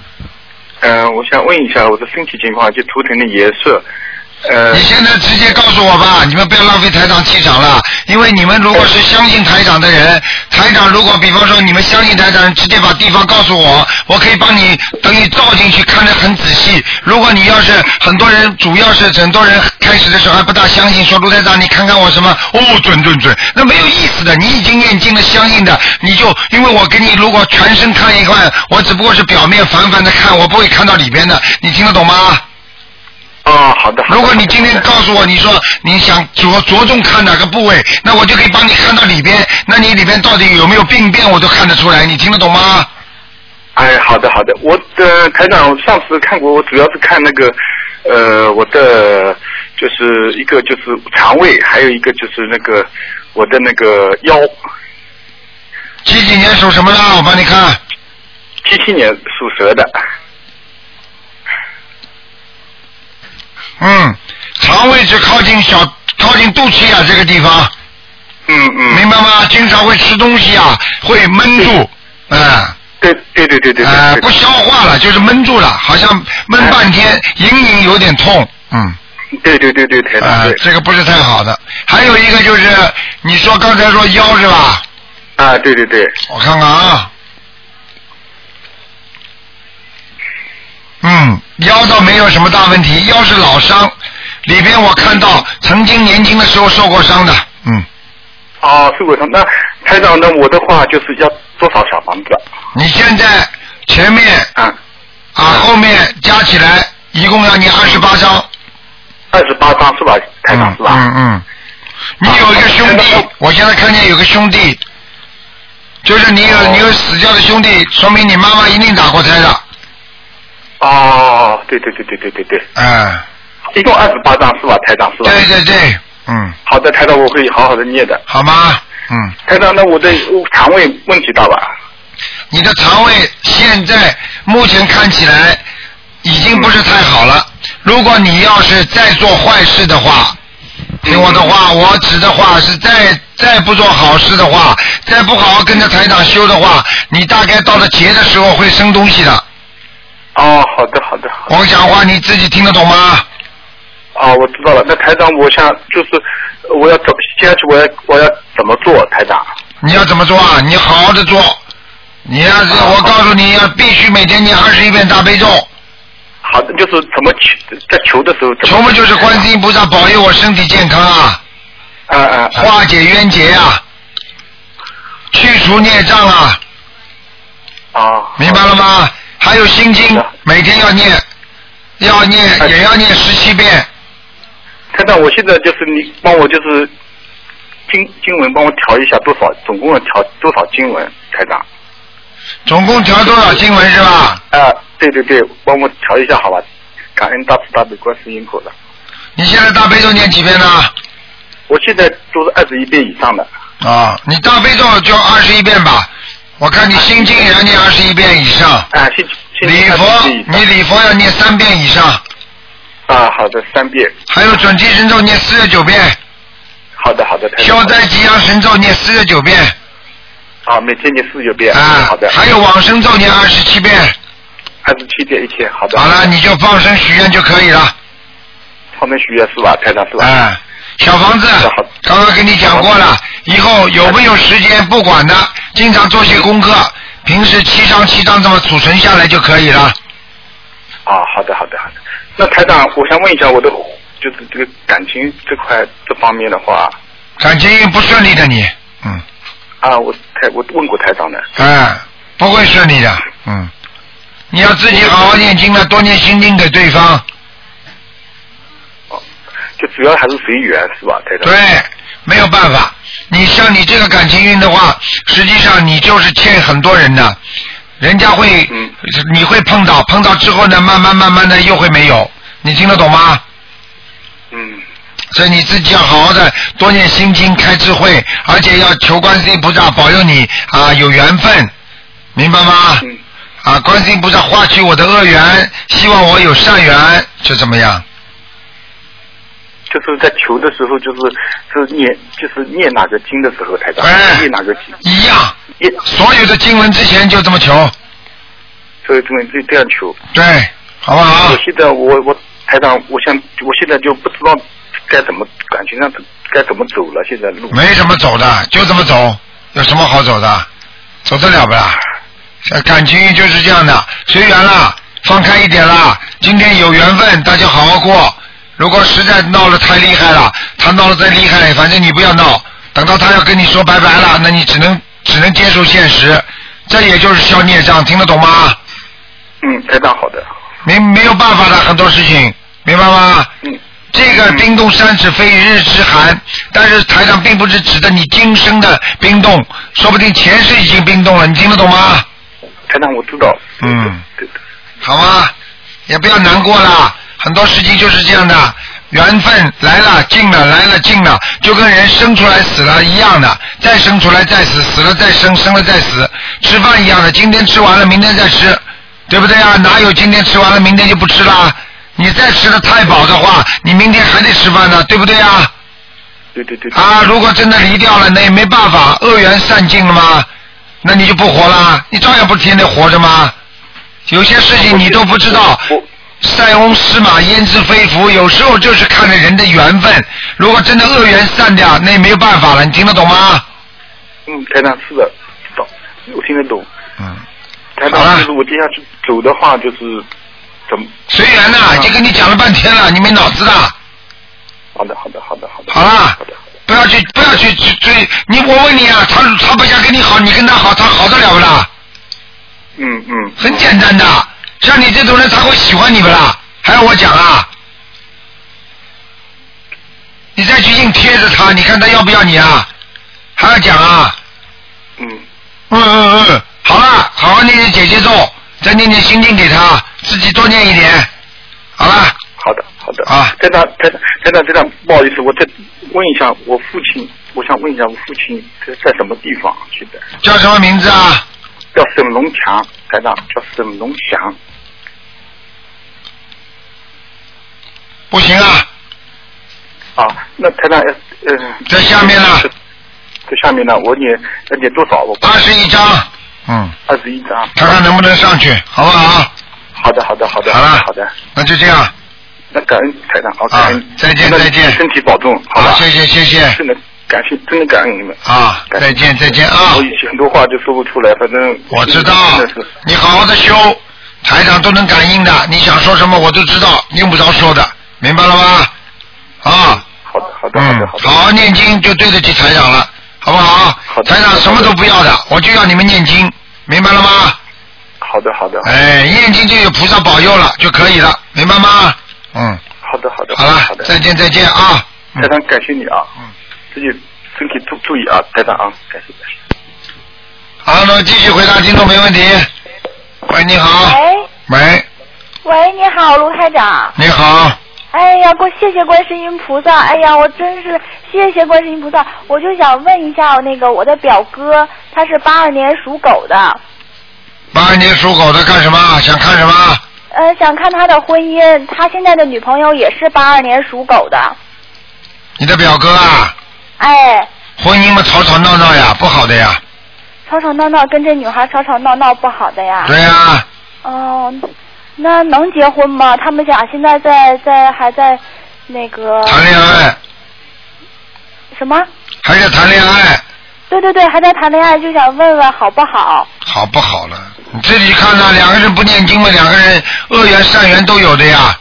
H: 嗯、我想问一下我的身体情况，就图腾的颜色，呃
A: 你，现在直接告诉我吧，你们不要浪费台长气场了，因为你们如果是相信台长的人，台长如果比方说你们相信台长，直接把地方告诉我，我可以帮你等你照进去看得很仔细。如果你要是很多人，主要是很多人开始的时候还不大相信，说卢台长你看看我什么，哦准准准，那没有意思的，你已经念经了，相信的，你就因为我给你如果全身看一看，我只不过是表面泛泛的看，我不会看到里边的，你听得懂吗？
H: 哦，好的。好的
A: 如果你今天告诉我，你说你想着着重看哪个部位，那我就可以帮你看到里边，那你里边到底有没有病变，我都看得出来，你听得懂吗？
H: 哎，好的好的，我的台长上次看过，我主要是看那个，呃，我的就是一个就是肠胃，还有一个就是那个我的那个腰，
A: 几几年属什么啦？我帮你看，
H: 七七年属蛇的，
A: 嗯，肠胃只靠近小靠近肚脐眼、这个地方，
H: 嗯嗯，
A: 明白吗？经常会吃东西啊，会闷住，嗯，
H: 对对对对对。哎
A: 呃，不消化了，就是闷住了，好像闷半天，隐隐有点痛，嗯。
H: 对对对对，台长。
A: 啊，这个不是太好的。还有一个就是，你说刚才说腰是吧？
H: 啊，对对对。
A: 我看看啊。嗯，腰倒没有什么大问题，腰是老伤，里边我看到曾经年轻的时候受过伤的，嗯。
H: 啊，是我上那台长，那我的话就是要多少小房子？
A: 你现在前面
H: 啊
A: 啊后面加起来一共要你二十八张，
H: 二十八张是吧，台长是吧？
A: 嗯嗯。你有一个兄弟，我现在看见有个兄弟，就是你有、
H: 哦
A: 你有死掉的兄弟，说明你妈妈一定打过胎的，
H: 哦，对对对对对对对，
A: 嗯，
H: 一共二十八张是吧，台长是吧？
A: 对对对，嗯，
H: 好的，台长，我会好好的念的。
A: 好吗？嗯，
H: 台长，那我的肠胃问题大吧？
A: 你的肠胃现在目前看起来已经不是太好了。如果你要是再做坏事的话，听我的话，我指的话是再再不做好事的话，再不好好跟着台长修的话，你大概到了劫的时候会生东西的。
H: 哦，好的好的。
A: 我讲话你自己听得懂吗？
H: 啊，我知道了。那台长，我想就是我要怎么接下去，我要我要怎么做，台长？
A: 你要怎么做啊？你好好的做。你要
H: 啊
A: 是我告诉你要必须每天念二十一遍大悲咒。
H: 好的，就是怎么求，在求的时候怎么。
A: 求嘛就是观世音菩萨保佑我身体健康啊，
H: 啊啊
A: 化解冤结啊，去除孽障啊，
H: 啊！
A: 明白了吗？还有心经，每天要念，要
H: 啊
A: 念也要念十七遍。
H: 台长，我现在就是你帮我就是经经文帮我调一下多少，总共要调多少经文，台长？
A: 总共调多少经文是吧？
H: 啊，对对对，帮我调一下好吧？感恩大慈大悲观世音菩萨。
A: 你现在大悲咒念几遍呢？
H: 我现在都是二十一遍以上的。
A: 啊，你大悲咒就二十一遍吧，我看你心经也要念二十一遍以上。
H: 啊，心心
A: 礼佛，你礼佛要念三遍以上，
H: 啊，好的，三遍。
A: 还有准提神咒念四十九遍，
H: 好的好的，台长。
A: 消灾吉祥神咒念四十九遍，
H: 啊，每天念四十九遍。
A: 啊
H: 好的。
A: 还有往生咒念二十七遍。
H: 二十七遍一天，好的。
A: 好了，你就放生许愿就可以了。
H: 放生许愿是吧，台长是吧？
A: 啊，小房子，刚刚跟你讲过了，以后有没有时间不管的，经常做些功课，平时七张七张这么储存下来就可以了。
H: 啊，好的好的好的。那台长，我想问一下我的就是这个感情这块这方面的话，
A: 感情不顺利的你，
H: 啊，我台我问过台长的。
A: 哎，不会顺利的，嗯。你要自己好好念经了，多念心经给对方。
H: 就主要还是随缘是吧，台长？
A: 对，没有办法。你像你这个感情运的话，实际上你就是欠很多人的，人家会，
H: 嗯
A: 你会碰到，碰到之后呢，慢慢慢慢的又会没有，你听得懂吗？
H: 嗯。
A: 所以你自己要好好的多念心经，开智慧，而且要求观世音菩萨保佑你啊有缘分，明白吗？
H: 嗯。
A: 啊，观世音菩萨化去我的恶缘，希望我有善缘，就这么样。
H: 就是在求的时候，就是是念就是念哪个经的时候，台长、念哪个经，
A: 哎一样，所有的经文之前就这么求，
H: 所以这么这这样求。
A: 对，好不好？啊
H: 我现在我我台长，我想我现在就不知道该怎么感情上该怎么走了，现在路。
A: 没什么走的，就这么走，有什么好走的？走得了不啦？这感情就是这样的，随缘啦，放开一点啦。今天有缘分，大家好好过。如果实在闹得太厉害了，他闹得再厉害，反正你不要闹。等到他要跟你说拜拜了，那你只能只能接受现实，这也就是消孽障，听得懂吗？
H: 嗯，台长好的。
A: 没没有办法的，很多事情，明白吗？
H: 嗯。
A: 这个冰冻三尺非一日之寒，但是台上并不是指的你今生的冰冻，说不定前世已经冰冻了，你听得懂吗？
H: 台长我知道。
A: 嗯。好吗？也不要难过啦，很多事情就是这样的，缘分来了进了来了进了，就跟人生出来死了一样的，再生出来再死，死了再生，生了再死，吃饭一样的，今天吃完了明天再吃，对不对啊？哪有今天吃完了明天就不吃啦？你再吃的太饱的话，你明天还得吃饭呢，对不对啊？
H: 对对对。
A: 啊，如果真的离掉了，那也没办法，恶缘散尽了吗？那你就不活啦？你照样不天天活着吗？有些事情你都不知道。塞翁失马，焉知非福？有时候就是看着人的缘分。如果真的恶缘散掉，那也没有办法了。你听得懂吗？
H: 嗯，台长是的，知道，我听得懂。
A: 嗯。
H: 台长，就是我接下去走的话，就是怎么？
A: 随缘呐，已经跟你讲了半天了，你没脑子的。
H: 好的，好的，好的，好的。
A: 好啦，不要去，不要去去追你。我问你啊，他他不想跟你好，你跟他好，他好得了不啦？
H: 嗯嗯。
A: 很简单的，像你这种人，他会喜欢你不啦？还要我讲啊？你再去硬贴着他，你看他要不要你啊？还要讲啊？嗯。嗯嗯嗯，好了，好好念念姐姐咒，再念念心经给他，自己多念一点。好了。
H: 好的，好的
A: 啊。
H: 台长，台长，台长，台长，不好意思，我再问一下，我父亲，我想问一下，我父亲在在什么地方？现在
A: 叫什么名字啊？
H: 叫沈龙强，台长叫沈龙祥。
A: 不行啊。
H: 啊，那台长，呃，
A: 在下面呢。啊
H: 在下面呢，我念要念多少？我
A: 二十一张。嗯。
H: 二十一张。
A: 看看能不能上去，好不好？
H: 好的，好的，好的。
A: 好了
H: 好的。
A: 那就这样。
H: 那感恩台长，好，感恩。
A: 再见
H: 那
A: 再见
H: 身体保重，好吧？
A: 好谢谢谢谢
H: 真的感谢，真的感恩你们。
A: 啊，再见再见啊！
H: 我以前很多话就说不出来，反正
A: 我知道
H: 真的是，
A: 你好好的修，台长都能感应的，你想说什么我都知道，用不着说的，明白了吗？啊，
H: 好的好
A: 的好的，好好念经就对得起台长了，好不好？
H: 好的
A: 台长什么都不要的，我就要你们念经，明白了吗？
H: 好的好的，
A: 哎，念经就有菩萨保佑了就可以了，明白吗？嗯，
H: 好的好的，
A: 好了
H: 好的，
A: 再见再见啊！
H: 台长感谢你啊，嗯，自己身体注注意啊，台长啊，感谢感谢。
A: 好，那么继续回答听众没问题。喂，你好，
K: 喂
A: 喂，
K: 喂，你好，卢台长。
A: 你好，
K: 哎呀，过谢谢观世音菩萨，哎呀，我真是谢谢观世音菩萨。我就想问一下，那个我的表哥，他是八二年属狗的，
A: 八二年属狗的干什么？想看什么？
K: 呃，想看他的婚姻，他现在的女朋友也是八二年属狗的，
A: 你的表哥啊，
K: 哎，
A: 婚姻嘛吵吵闹闹呀，不好的呀。
K: 吵吵闹闹，跟这女孩吵吵闹闹不好的呀。
A: 对呀、
K: 哦、那能结婚吗？他们俩现在在在还在那个
A: 谈恋爱，
K: 什么？
A: 还在谈恋爱，
K: 对对对，还在谈恋爱，就想问问好不好？
A: 好不好了？你自己看呐、两个人不念经嘛，两个人恶缘善缘都有的呀。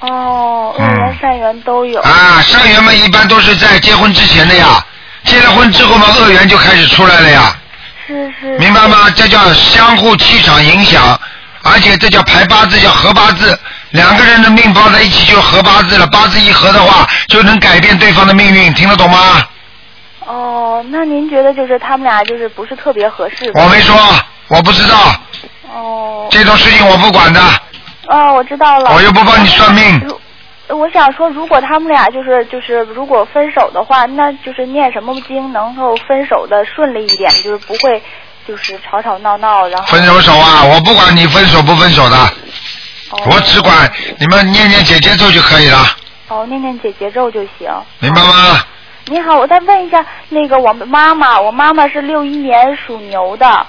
K: 哦，恶缘善缘都有。
A: 啊，善缘嘛一般都是在结婚之前的呀，结了婚之后嘛，恶缘就开始出来了呀。
K: 是是。
A: 明白吗？这叫相互气场影响，而且这叫排八字，叫合八字。两个人的命包在一起就合八字了，八字一合的话，就能改变对方的命运，听得懂吗？
K: 哦，那您觉得就是他们俩就是不是特别合 <laughs> 适吧？
A: 我没说，啊我不知道。
K: 哦。
A: 这种事情我不管的，
K: 哦，我知道了。
A: 我又不帮你算命。
K: 我想说，如果他们俩就是就是如果分手的话，那就是念什么经能够分手的顺利一点，就是不会就是吵吵闹闹，然后
A: 分什么手啊？我不管你分手不分手的，我只管你们念念姐姐咒就可以了，
K: 哦念念姐姐咒就行。
A: 明白吗？
K: 你好，我再问一下，那个我妈妈，我妈妈是六一年属牛的，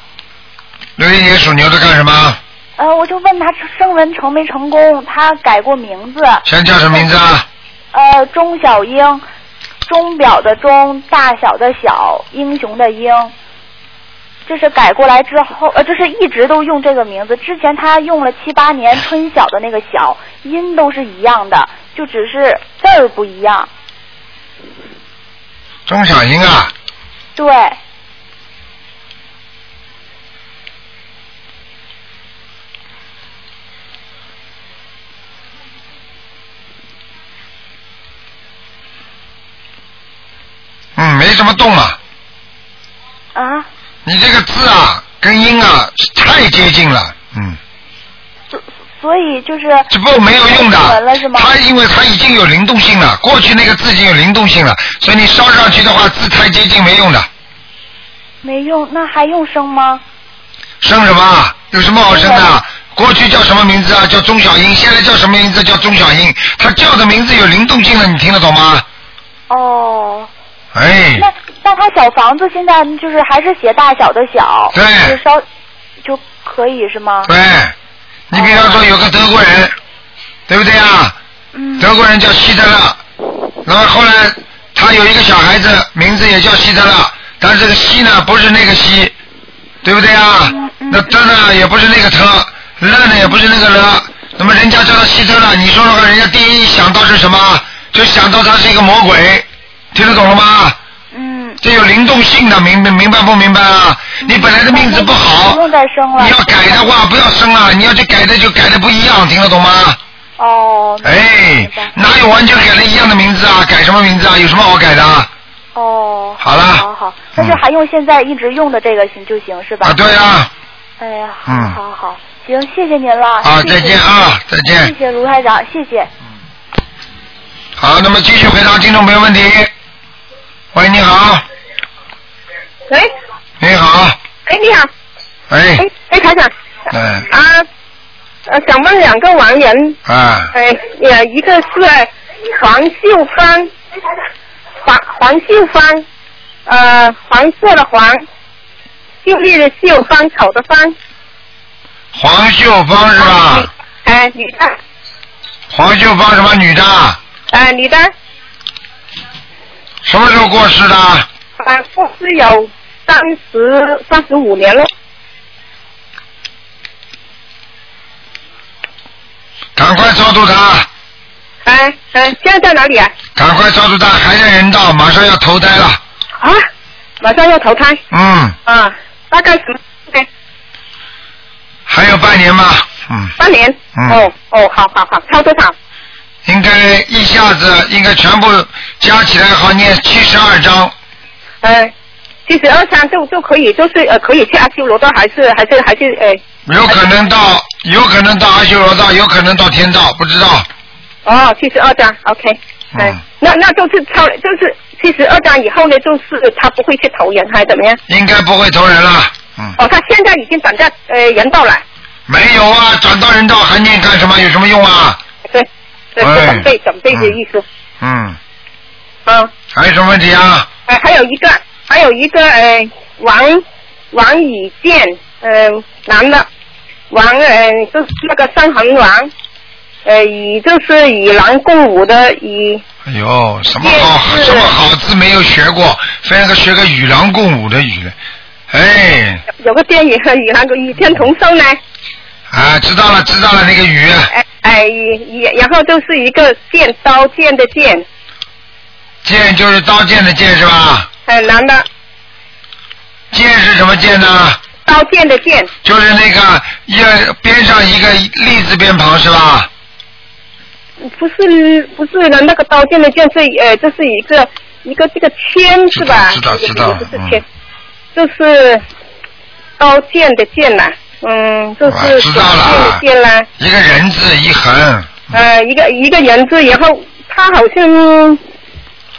A: 六一年属牛的干什么？
K: 呃，我就问她声纹成没成功，她改过名字，
A: 先叫什么名字啊？
K: 呃，钟小英，钟表的钟，大小的小，英雄的英。这是改过来之后，呃，这是一直都用这个名字。之前他用了七八年，春晓的那个晓，音都是一样的，就只是字儿不一样。
A: 钟小英啊，
K: 对，
A: 嗯，没什么动啊。
K: 啊？
A: 你这个字啊，跟音啊太接近了，嗯，
K: 所以就是
A: 这不没有用
K: 改
A: 的
K: 文了是。吗？
A: 它因为它已经有灵动性了，过去那个字已经有灵动性了，所以你烧上去的话，字太接近没用的。
K: 没用，那还用生吗？
A: 生什么啊？有什么好生的？过去叫什么名字啊？叫钟小英，现在叫什么名字？叫钟小英。他叫的名字有灵动性了，你听得懂吗？
K: 哦，
A: 哎，
K: 那那像他小房子现在就是还是写大小的小，
A: 对
K: 就是稍就可以是吗？
A: 对，你比方说有个德国人，对不对啊？德国人叫希特勒，然后后来他有一个小孩子，名字也叫希特勒，但是这个希呢不是那个希，对不对啊？那特呢也不是那个特，勒呢也不是那个勒，那么人家叫他希特勒，你说的话，人家第一想到是什么？就想到他是一个魔鬼，听得懂了吗？嗯。这有灵动性的，明白明白不明白啊？你本来的命子不好，
K: 不用再生了。
A: 你要改的话，不要生了，你要去改的就改的不一样，听得懂吗？
K: 哦。
A: 哎，哪有完全改了一样的名字啊？改什么名字啊？有什么好改的啊？
K: 哦。
A: 好了嗯
K: 好好，但是还用现在一直用的这个行就行是吧？
A: 啊，对啊，
K: 哎呀，
A: 嗯
K: 好好，行，谢谢您了。
A: 啊
K: 谢谢
A: 再见啊再见
K: 谢谢卢台长，谢谢。
A: 好，那么继续回答听众朋友问题。喂，你好，
G: 喂，
A: 你好，
G: 哎，你好，
A: 哎，
G: 哎，台长
A: 嗯，
G: 啊，呃，想问两个亡人，
A: 啊，
G: 哎，呃，一个是黄秀芳，黄黄秀芳，呃，黄色的黄，秀丽的秀，芳草的芳，
A: 黄秀芳是吧？
G: 哎、女的，
A: 黄秀芳什么女的？
G: 呃，女的，
A: 什么时候过世的？
G: 啊，过世有三十三十五年了，
A: 赶快超度他，
G: 哎、哎、现在在哪里啊？
A: 赶快超度他，还在人道，马上要投胎了。
G: 啊，马上要投胎
A: 嗯，
G: 啊，大概什么？哎，
A: 还有半年吧，
G: 半年。
A: 嗯
G: 哦哦，好好好，超多少？
A: 应该一下子应该全部加起来好念七十二章，
G: 呃，七十二三就就可以，就是呃可以去阿修罗道，还是还是还是呃
A: 有可能到有可能到阿修罗道，有可能到天道，不知道。嗯
G: 哦，七十二张，OK，哎、那那就是超就是七十二张以后呢，就是他不会去投人还是怎么样？
A: 应该不会投人了，嗯
G: 哦，他现在已经转到呃人道了，
A: 没有啊，转到人道还念干什么？有什么用啊？
G: 对，对，
A: 哎
G: 是准备准备的意思，
A: 嗯，
G: 嗯，
A: 还有什么问题啊？
G: 哎、还有一个还有一个呃王王以健，呃男的，王呃就是那个三横王，呃以就是与狼共舞的以。
A: 哎呦，什么好什么好字没有学过，非要学个与狼共舞的与，哎，
G: 有个电影和与那个与天同寿呢，
A: 啊，知道了知道了，那个雨，
G: 哎，与与然后就是一个剑刀剑的剑，
A: 剑就是刀剑的剑是吧？
G: 哎，男的
A: 剑是什么剑呢？
G: 刀剑的剑，
A: 啊就是那个一个边上一个立字边旁是吧？
G: 不是不是的那个刀剑的剑是呃，这是一个一个这个签是吧？
A: 知道知道嗯了
G: 这个签，就是刀剑的剑啦，嗯，就
A: 我
G: 是
A: 知道了嗯
G: 刀剑的剑啦，
A: 一个人字一横，
G: 呃，一个一个人字，然后他好像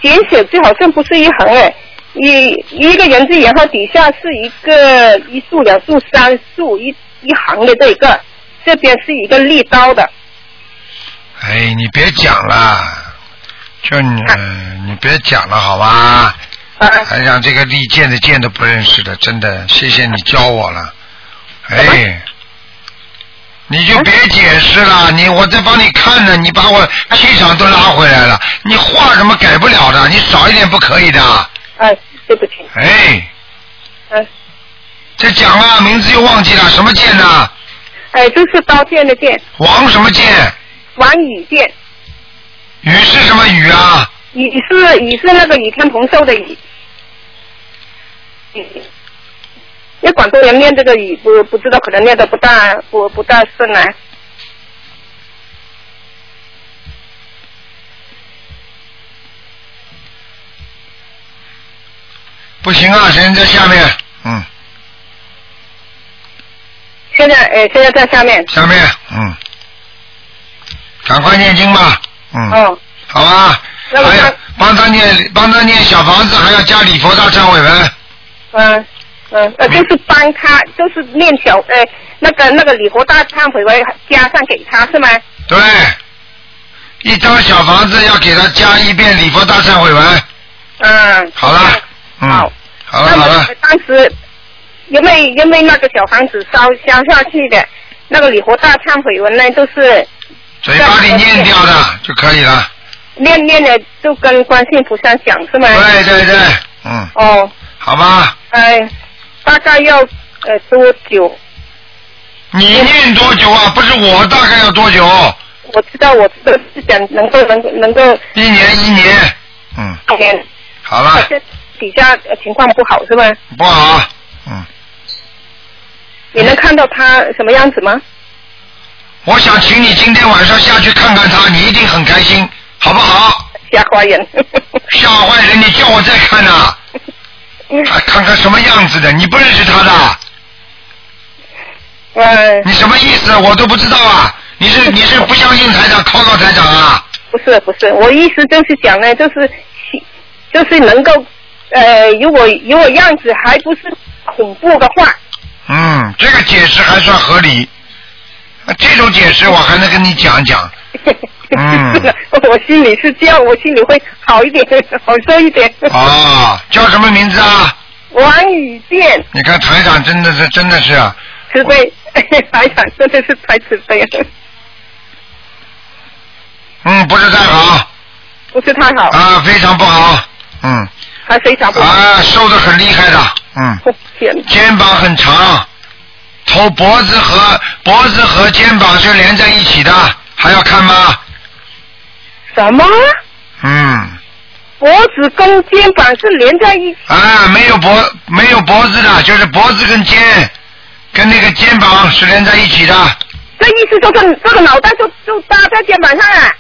G: 简写字好像不是一横哎，一一个人字，然后底下是一个一竖、两竖、三竖一一行的这一个，这边是一个立刀的，
A: 哎，你别讲了，就你、
G: 啊
A: 呃你别讲了好吧？还让这个利剑的剑都不认识的，真的，谢谢你教我了，哎。你就别解释了，你我在帮你看呢，你把我气场都拉回来了，你话什么改不了的，你少一点不可以的。
G: 哎，对不起。
A: 哎。
G: 嗯。
A: 这讲了，名字又忘记了，什么剑呢？
G: 哎，就是刀剑的剑，
A: 王什么剑？
G: 王羽剑，
A: 雨是什么雨啊？
G: 羽是羽是那个与天同寿的羽。因为广东人念这个羽不不知道，可能念的不大不不大顺啊。
A: 不行啊，人在下面，
G: 现在哎，现在在下面。
A: 下面，嗯，赶快念经吧，嗯，
G: 哦，
A: 好吧。还有帮他念，帮他念小房子，还要加礼佛大忏悔文。
G: 嗯嗯，呃，就是帮他，就是念小呃那个那个李国大忏悔文加上给他是吗？
A: 对，一张小房子要给他加一遍礼佛大忏悔文。
G: 嗯，
A: 好了，嗯，好了好了，
G: 当时因为因为那个小房子烧烧下去的，那个礼佛大忏悔文呢，都是
A: 嘴巴里念掉的就可以了。
G: 念念的，就跟观世音菩萨讲是吗？
A: 对对对，嗯，
G: 哦，
A: 好吧，
G: 哎，大概要呃多久？
A: 你念多久啊？不是我大概要多久？
G: 我知道，我这是想能够能够能够
A: 一年一年，嗯，
G: 一年，
A: 好了，
G: 这底下呃情况不好是吧？
A: 不好，
G: 你能看到他什么样子吗？
A: 我想请你今天晚上下去看看他，你一定很开心，好不好？
G: 吓坏
A: <laughs>
G: 人！
A: 吓坏人！你叫我再看呐、啊，看看什么样子的？你不认识他的？
G: 嗯。
A: 你什么意思？我都不知道啊！你 <laughs> 是你是不相信台长，考考台长啊？
G: 不是不是，我意思就是讲呢，就是希就是能够呃，如果如果样子还不是恐怖的话，
A: 嗯，这个解释还算合理。啊这种解释我还能跟你讲讲。 <laughs> 嗯。
G: <laughs> 我心里是这样，我心里会好一点， <laughs> 好受一点。
A: 啊，叫什么名字啊？
G: 王宇健，
A: 你看台长真的是真的是啊，
G: 慈悲， <laughs> 台长真的是太慈悲了，
A: 嗯，不是太好
G: 不是太好，
A: 啊，非常不好，嗯，
G: 还非常不好。哦
A: 啊，瘦的很厉害的，嗯，肩膀很长，头脖子和脖子和肩膀是连在一起的，还要看吗？
G: 什么？
A: 嗯。
G: 脖子跟肩膀是连在一起，
A: 啊，没有脖没有脖子的，就是脖子跟肩跟那个肩膀是连在一起的。
G: 这意思就是这个脑袋就就搭在肩膀上啊。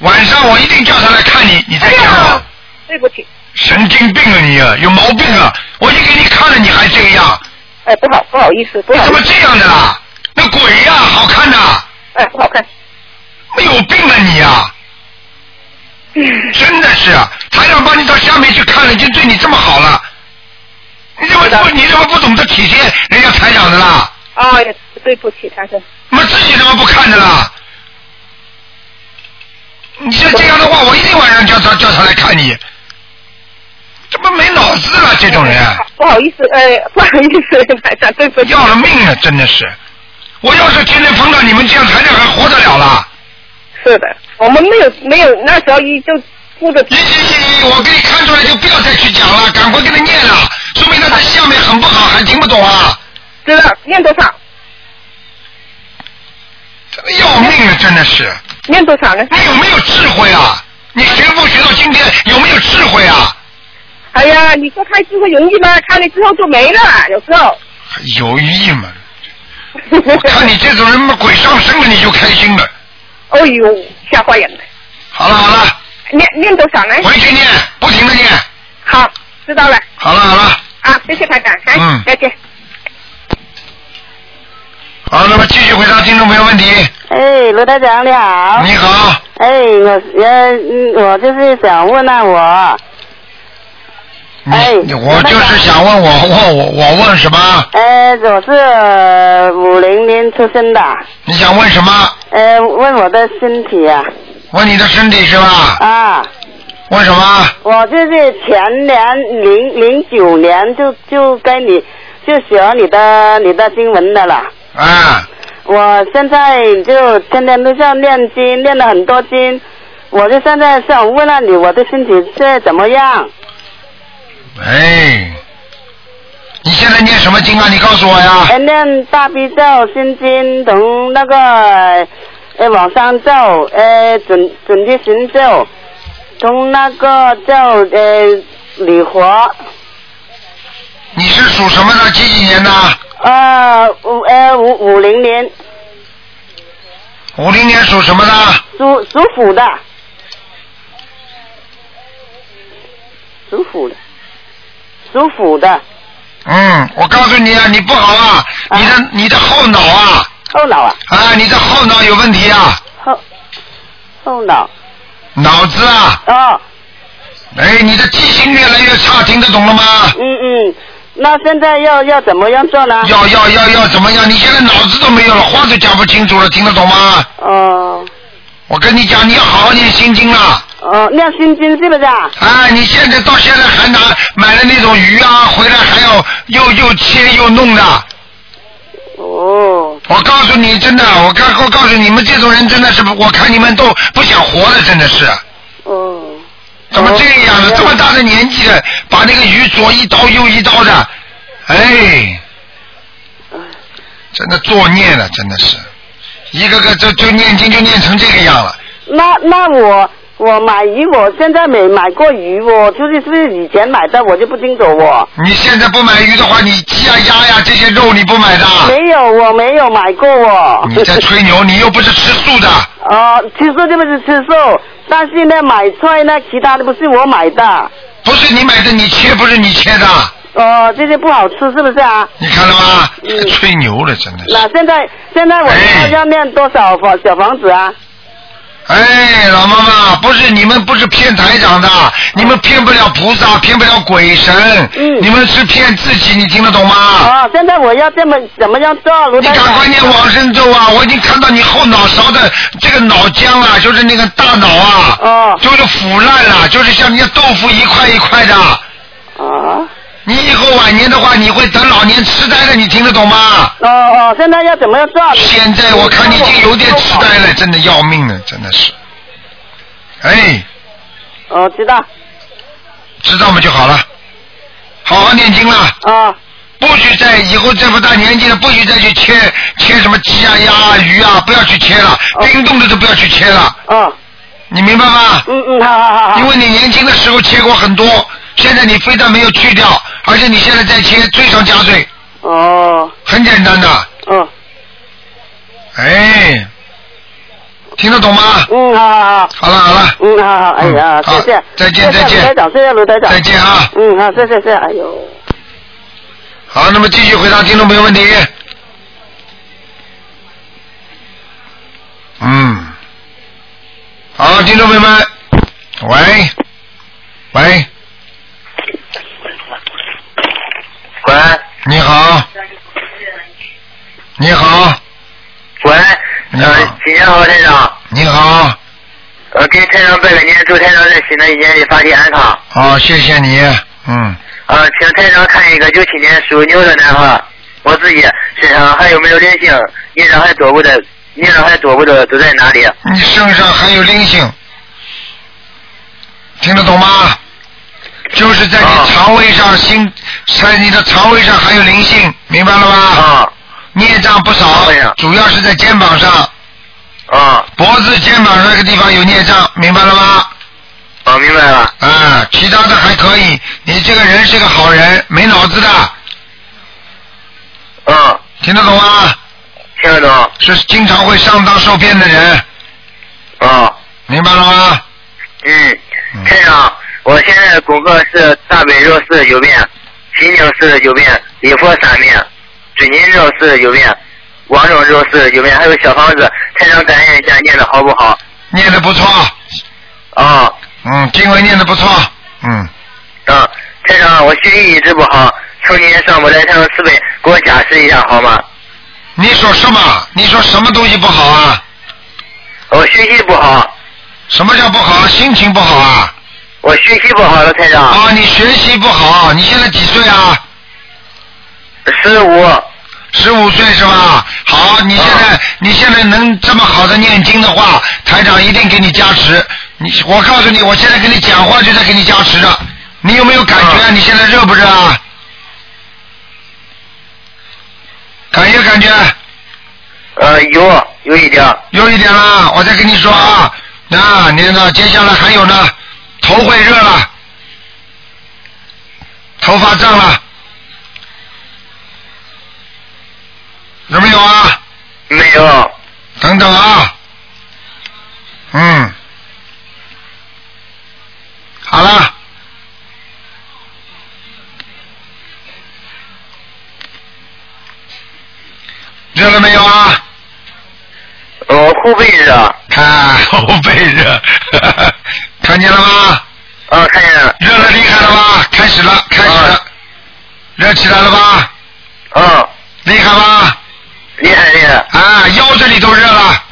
A: 晚上我一定叫他来看你，你再讲我。
G: 哎对不起，
A: 神经病啊你啊，有毛病啊！我已经给你看了，你还这样，
G: 哎，不好，不好意思，不好意思。
A: 怎么这样的啦？那鬼呀、好看的。
G: 哎，不好看。
A: 没有病啊你啊！ <laughs> 真的是啊，台长帮你到下面去看了，已经对你这么好了，你怎么不你怎么不懂得体贴人家台长的啦？
G: 哎呀，对不起，他是。
A: 我自己怎么不看的啦？你像这样的话，我一定晚上叫他叫他来看你，这不没脑子了这种人。啊
G: 不好意思，哎，不好意思， <laughs> 台长，对不起。
A: 要了命了，啊真的是！我要是天天碰到你们这样，台长还活得了啦？
G: 是的，我们没有没有，那时候一就顾着。
A: 行行行行，我给你看出来，就不要再去讲了，赶快给他念了，说明他在下面很不好，还听不懂啊！
G: 知道念多少？
A: 要命啊了，真的是！
G: 念多少呢？
A: 你有没有智慧啊？你学佛学到今天，有没有智慧啊？
G: 哎呀，你说开智慧容易吗？开了之后就没了，有时候。
A: 有意嘛？
G: <laughs>
A: 我看你这种人嘛，鬼上身了，你就开心了。
G: 哦呦，吓坏人了。
A: 好了好了，
G: 念念多少呢？
A: 回去念，不停的念。
G: 好，知道了。
A: 好了好了，
G: 啊，谢谢台长，哎，
A: 嗯
G: 再见。
A: 好，那么继续回答听众朋友问题。
L: 哎，罗台长你好。
A: 你好。
L: 哎，我呃，嗯我就是想问啊，我
A: 你我就是想问我问我我问什么？
L: 呃，我是五零年出生的，
A: 你想问什么？
L: 呃，问我的身体啊。
A: 问你的身体是吧？
L: 啊，
A: 问什么？
L: 我就是前年零零九年就就跟你就学你的你的经文的了。
A: 啊。
L: 我现在就天天都在念经，念了很多经。我就现在想问了你，我的身体现在怎么样？
A: 哎，你现在念什么经啊？你告诉我呀。
L: 哎，念大悲咒、心经同那个呃往上咒，呃准准提神咒，同那个咒呃礼佛。
A: 你是属什么的？几几年的？
L: 呃五呃五五零年
A: 五零年属什么的？
L: 属属虎的，属虎的，属虎的
A: 嗯，我告诉你啊，你不好啊，你的你的后脑啊。
L: 后脑啊。
A: 啊，你的后脑有问题啊，
L: 后后脑
A: 脑子啊。
L: 哦。
A: 哎，你的记性越来越差，听得懂了吗？
L: 嗯嗯，那现在要要怎么样做呢？
A: 要要要要怎么样？你现在脑子都没有了，话都讲不清楚了，听得懂吗？
L: 哦
A: 我跟你讲，你要好好念心经了。
L: 哦哦，念心经是不是啊？
A: 啊，你现在到现在还拿买了那种鱼啊，回来还要又又切又弄的。
L: 哦。
A: 我告诉你，真的，我告我告诉你们这种人真的是不，我看你们都不想活了，真的是。
L: 哦。
A: 怎么这样啊呢？这么大的年纪了，把那个鱼左一刀右一刀的，哎，真的作孽了，真的是，一个个就就念经就念成这个样了。
L: 那那我我买鱼，我现在没买过鱼哦，就是是不是以前买的，我就不清楚哦。
A: 你现在不买鱼的话，你鸡啊、鸭呀、这些肉你不买的？啊
L: 没有，我没有买过哦。
A: 你在吹牛，你又不是吃素的。
L: <laughs> 哦，吃素就是吃素，但是呢，买菜呢，其他的不是我买的。
A: 不是你买的，你切不是你切的。哎
L: 哦，这些不好吃是不是啊？
A: 你看了吗？
L: 嗯
A: 吹牛了，真的是。
L: 那现在现在我要要念多少房小房子啊？
A: 哎，老妈妈，不是你们不是骗台长的，
L: 嗯
A: 你们骗不了菩萨，骗不了鬼神，你们是骗自己，你听得懂吗？
L: 啊，现在我要这么怎么样做？卢
A: 你赶快念往生咒啊！我已经看到你后脑勺的这个脑浆啊，就是那个大脑啊，
L: 哦
A: 就是腐烂了，就是像人家豆腐一块一块的。啊。你以后晚年的话，你会得老年痴呆的，你听得懂吗？
L: 哦哦，现在要怎么样做？
A: 现在我看你已经有点痴呆了，真的要命了，真的是。哎，
L: 哦，知道。
A: 知道嘛就好了，好好念经了。
L: 啊。
A: 不许再以后这么大年纪了，不许再去切切什么鸡啊、鸭啊、鱼啊，不要去切了，
L: 哦
A: 冰冻的都不要去切了。
L: 嗯。
A: 你明白吗？
L: 嗯嗯，好好好。
A: 因为你年轻的时候切过很多，现在你非但没有去掉，而且你现在在切，罪上加罪。
L: 哦。
A: 很简单的。
L: 嗯。
A: 哎，听得懂吗？
L: 嗯，好好好。
A: 好了好了。
L: 嗯，好好，哎呀，谢谢。
A: 再见
L: 谢谢卢台
A: 再见
L: 长，谢谢卢台长。
A: 再见啊。
L: 嗯，好，谢谢谢谢，哎呦。
A: 好，那么继续回答听众朋友问题。嗯，好，听众朋友们，喂，喂，
M: 喂，
A: 你好，你好，
M: 喂，呃
A: 你好，
M: 请教侯台长，
A: 你好，
M: 呃，给台长拜个年，祝台长在新的一年里法体安康。
A: 好，哦谢谢你，嗯，
M: 呃，请台长看一个九七年属牛的男孩，我自己身上还有没有灵性，业障还多不的，业障还多不的都在哪里？
A: 你身上还有灵性，听得懂吗？就是在
M: 啊
A: 你肠胃上、心，在你的肠胃上还有灵性，明白了吗？
M: 啊。
A: 孽障不少，主要是在肩膀上。
M: 啊。
A: 脖子、肩膀那个地方有孽障，明白了吗？
M: 哦，明白了。
A: 啊，其他的还可以。你这个人是个好人，没脑子的。
M: 嗯。
A: 听得懂吗？
M: 听得懂。
A: 是经常会上当受骗的人。
M: 啊。
A: 明白了吗？
M: 嗯，台长，我现在的功课是大悲咒四十九遍，心经四十九遍，礼佛三遍，准金咒四十九遍，往生咒四十九遍，还有小房子。台长感应一下，念的好不好？
A: 念的不错。
M: 啊。
A: 嗯，经文念的不错。嗯。
M: 啊，台长，我学习一直不好，从今天上不来台长慈悲，给我加持一下好吗？
A: 你说什么？你说什么东西不好啊？
M: 我学习不好。
A: 什么叫不好？心情不好啊？
M: 我学习不好了，台长。
A: 啊，你学习不好，你现在几岁啊？
M: 十五。啊
A: 十五岁是吧？好，你现在、你现在能这么好的念经的话，台长一定给你加持。你我告诉你，我现在跟你讲话就在给你加持的。你有没有感觉？你现在热不热啊？嗯感觉感觉。
M: 呃，有有一点。
A: 有一点啦，我再跟你说啊，那你呢？接下来还有呢，头会热了，头发胀了，有没有啊？
M: 没有。
A: 等等啊，嗯，好了。热了没有啊？
M: 我呃后背热。
A: 看啊后背热， <laughs> 看见了吗？
M: 啊，看见了。啊
A: 热了厉害了吧？开始了，开始了，热起来了吧？
M: 嗯。
A: 厉害吧？
M: 厉害厉害。
A: 啊，腰这里都热了。啊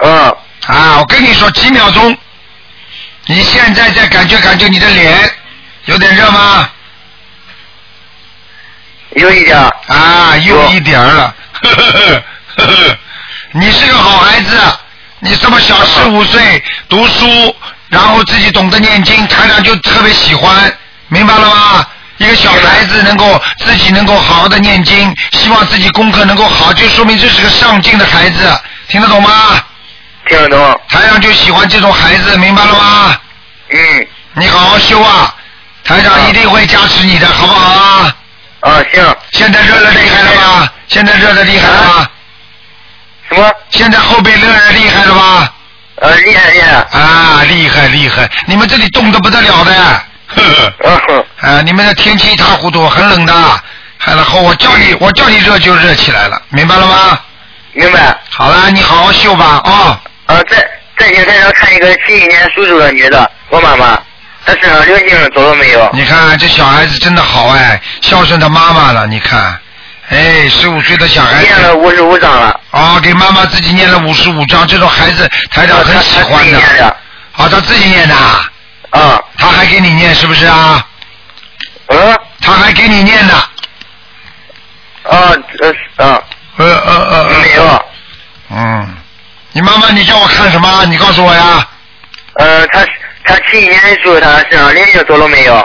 M: 嗯。
A: 啊，我跟你说，几秒钟，你现在再感觉感觉你的脸有点热吗？
M: 有一点。
A: 啊，又一点儿了。 <laughs> 你是个好孩子，你这么小十五岁读书，然后自己懂得念经，台长就特别喜欢，明白了吗？一个小孩
M: 啊
A: 子能够自己能够好好的念经，希望自己功课能够好，就说明这是个上进的孩子，听得懂吗？
M: 听得懂。
A: 台长就喜欢这种孩子，明白了吗？
M: 嗯。
A: 你好好修啊，台长一定会加持你的，好不好啊？
M: 啊，行。啊
A: 现在热的厉害了吧？现在热的厉害了吧？
M: 什么？
A: 现在后背热的厉害了吧？
M: 呃，厉害厉害。
A: 啊，厉害厉害！你们这里冻得不得了的，
M: <laughs> 啊
A: 呵呵。啊，你们的天气一塌糊涂，很冷的。然后我叫你，我叫你热就热起来了，明白了吗？
M: 明白。
A: 好啦，你好好修吧啊、
M: 呃，在在请台上看一个七一年属鼠的女的，我妈妈，她身上灵性走了没有？
A: 你看这小孩子真的好哎，孝顺他妈妈了。你看，哎，十五岁的小孩子
M: 念了五十五章了。
A: 哦，给妈妈自己念了五十五章，这种孩子台长很喜欢的。哦，他自己念的。啊、他还给你念是不是啊？
M: 嗯。
A: 他还给你念的。
M: 啊，呃，啊。
A: 呃呃呃。
M: 没有。
A: 嗯。你妈妈，你叫我看什么？啊你告诉我呀。
M: 呃，她她七一年的时候，她身上灵性走了没有？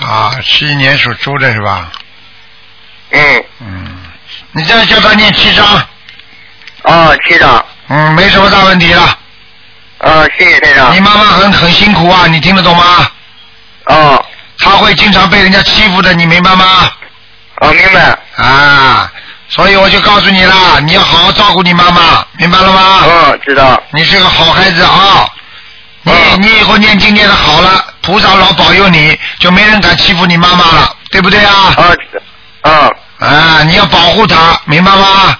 A: 啊，七一年属猪的是吧？
M: 嗯。
A: 你再叫他念七章。
M: 啊，七章。
A: 嗯，没什么大问题了。
M: 啊，谢谢台长。
A: 你妈妈很很辛苦啊，你听得懂吗？
M: 哦。
A: 她会经常被人家欺负的，你明白吗？
M: 哦，明白。
A: 啊，所以我就告诉你啦，你要好好照顾你妈妈，明白了吗？
M: 嗯，知道。
A: 你是个好孩子啊。你你以后念经念的好了，菩萨老保佑你，就没人敢欺负你妈妈了，对不对啊？
M: 啊，啊。
A: 啊，你要保护她，明白吗？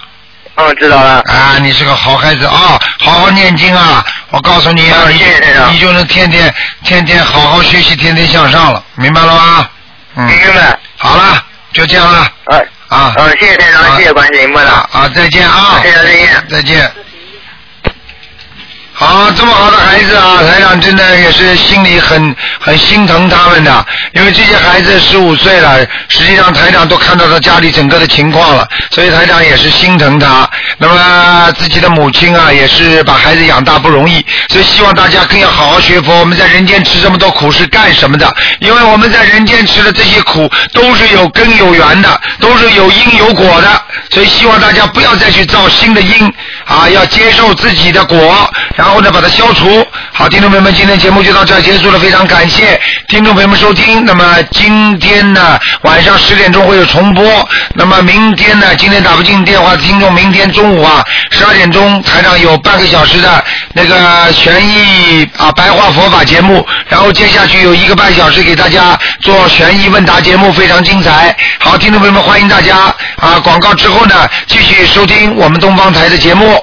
M: 嗯，知道了。
A: 啊，你是个好孩子啊，好好念经啊！我告诉你啊，
M: 嗯谢谢台长
A: 你你就能天天天天好好学习，天天向上了，明白了吗？嗯，
M: 明白。
A: 好了，就这样了。
M: 啊
A: 啊。
M: 嗯，谢谢台长，谢谢关心，莫了。
A: 啊，再见啊！
M: 再见再见
A: 再见。好，这么好的孩子啊，台长真的也是心里很很心疼他们的，因为这些孩子十五岁了，实际上台长都看到他家里整个的情况了，所以台长也是心疼他。那么自己的母亲啊，也是把孩子养大不容易，所以希望大家更要好好学佛。我们在人间吃这么多苦是干什么的？因为我们在人间吃的这些苦都是有根有源的，都是有因有果的，所以希望大家不要再去造新的因啊，要接受自己的果，然后呢把它消除。好，听众朋友们，今天节目就到这儿结束了，非常感谢听众朋友们收听。那么今天呢晚上十点钟会有重播，那么明天呢今天打不进电话的听众，明天中午啊十二点钟台上有半个小时的那个悬疑啊白话佛法节目，然后接下去有一个半小时给大家做悬疑问答节目，非常精彩。好，听众朋友们，欢迎大家啊！广告之后呢，继续收听我们东方台的节目。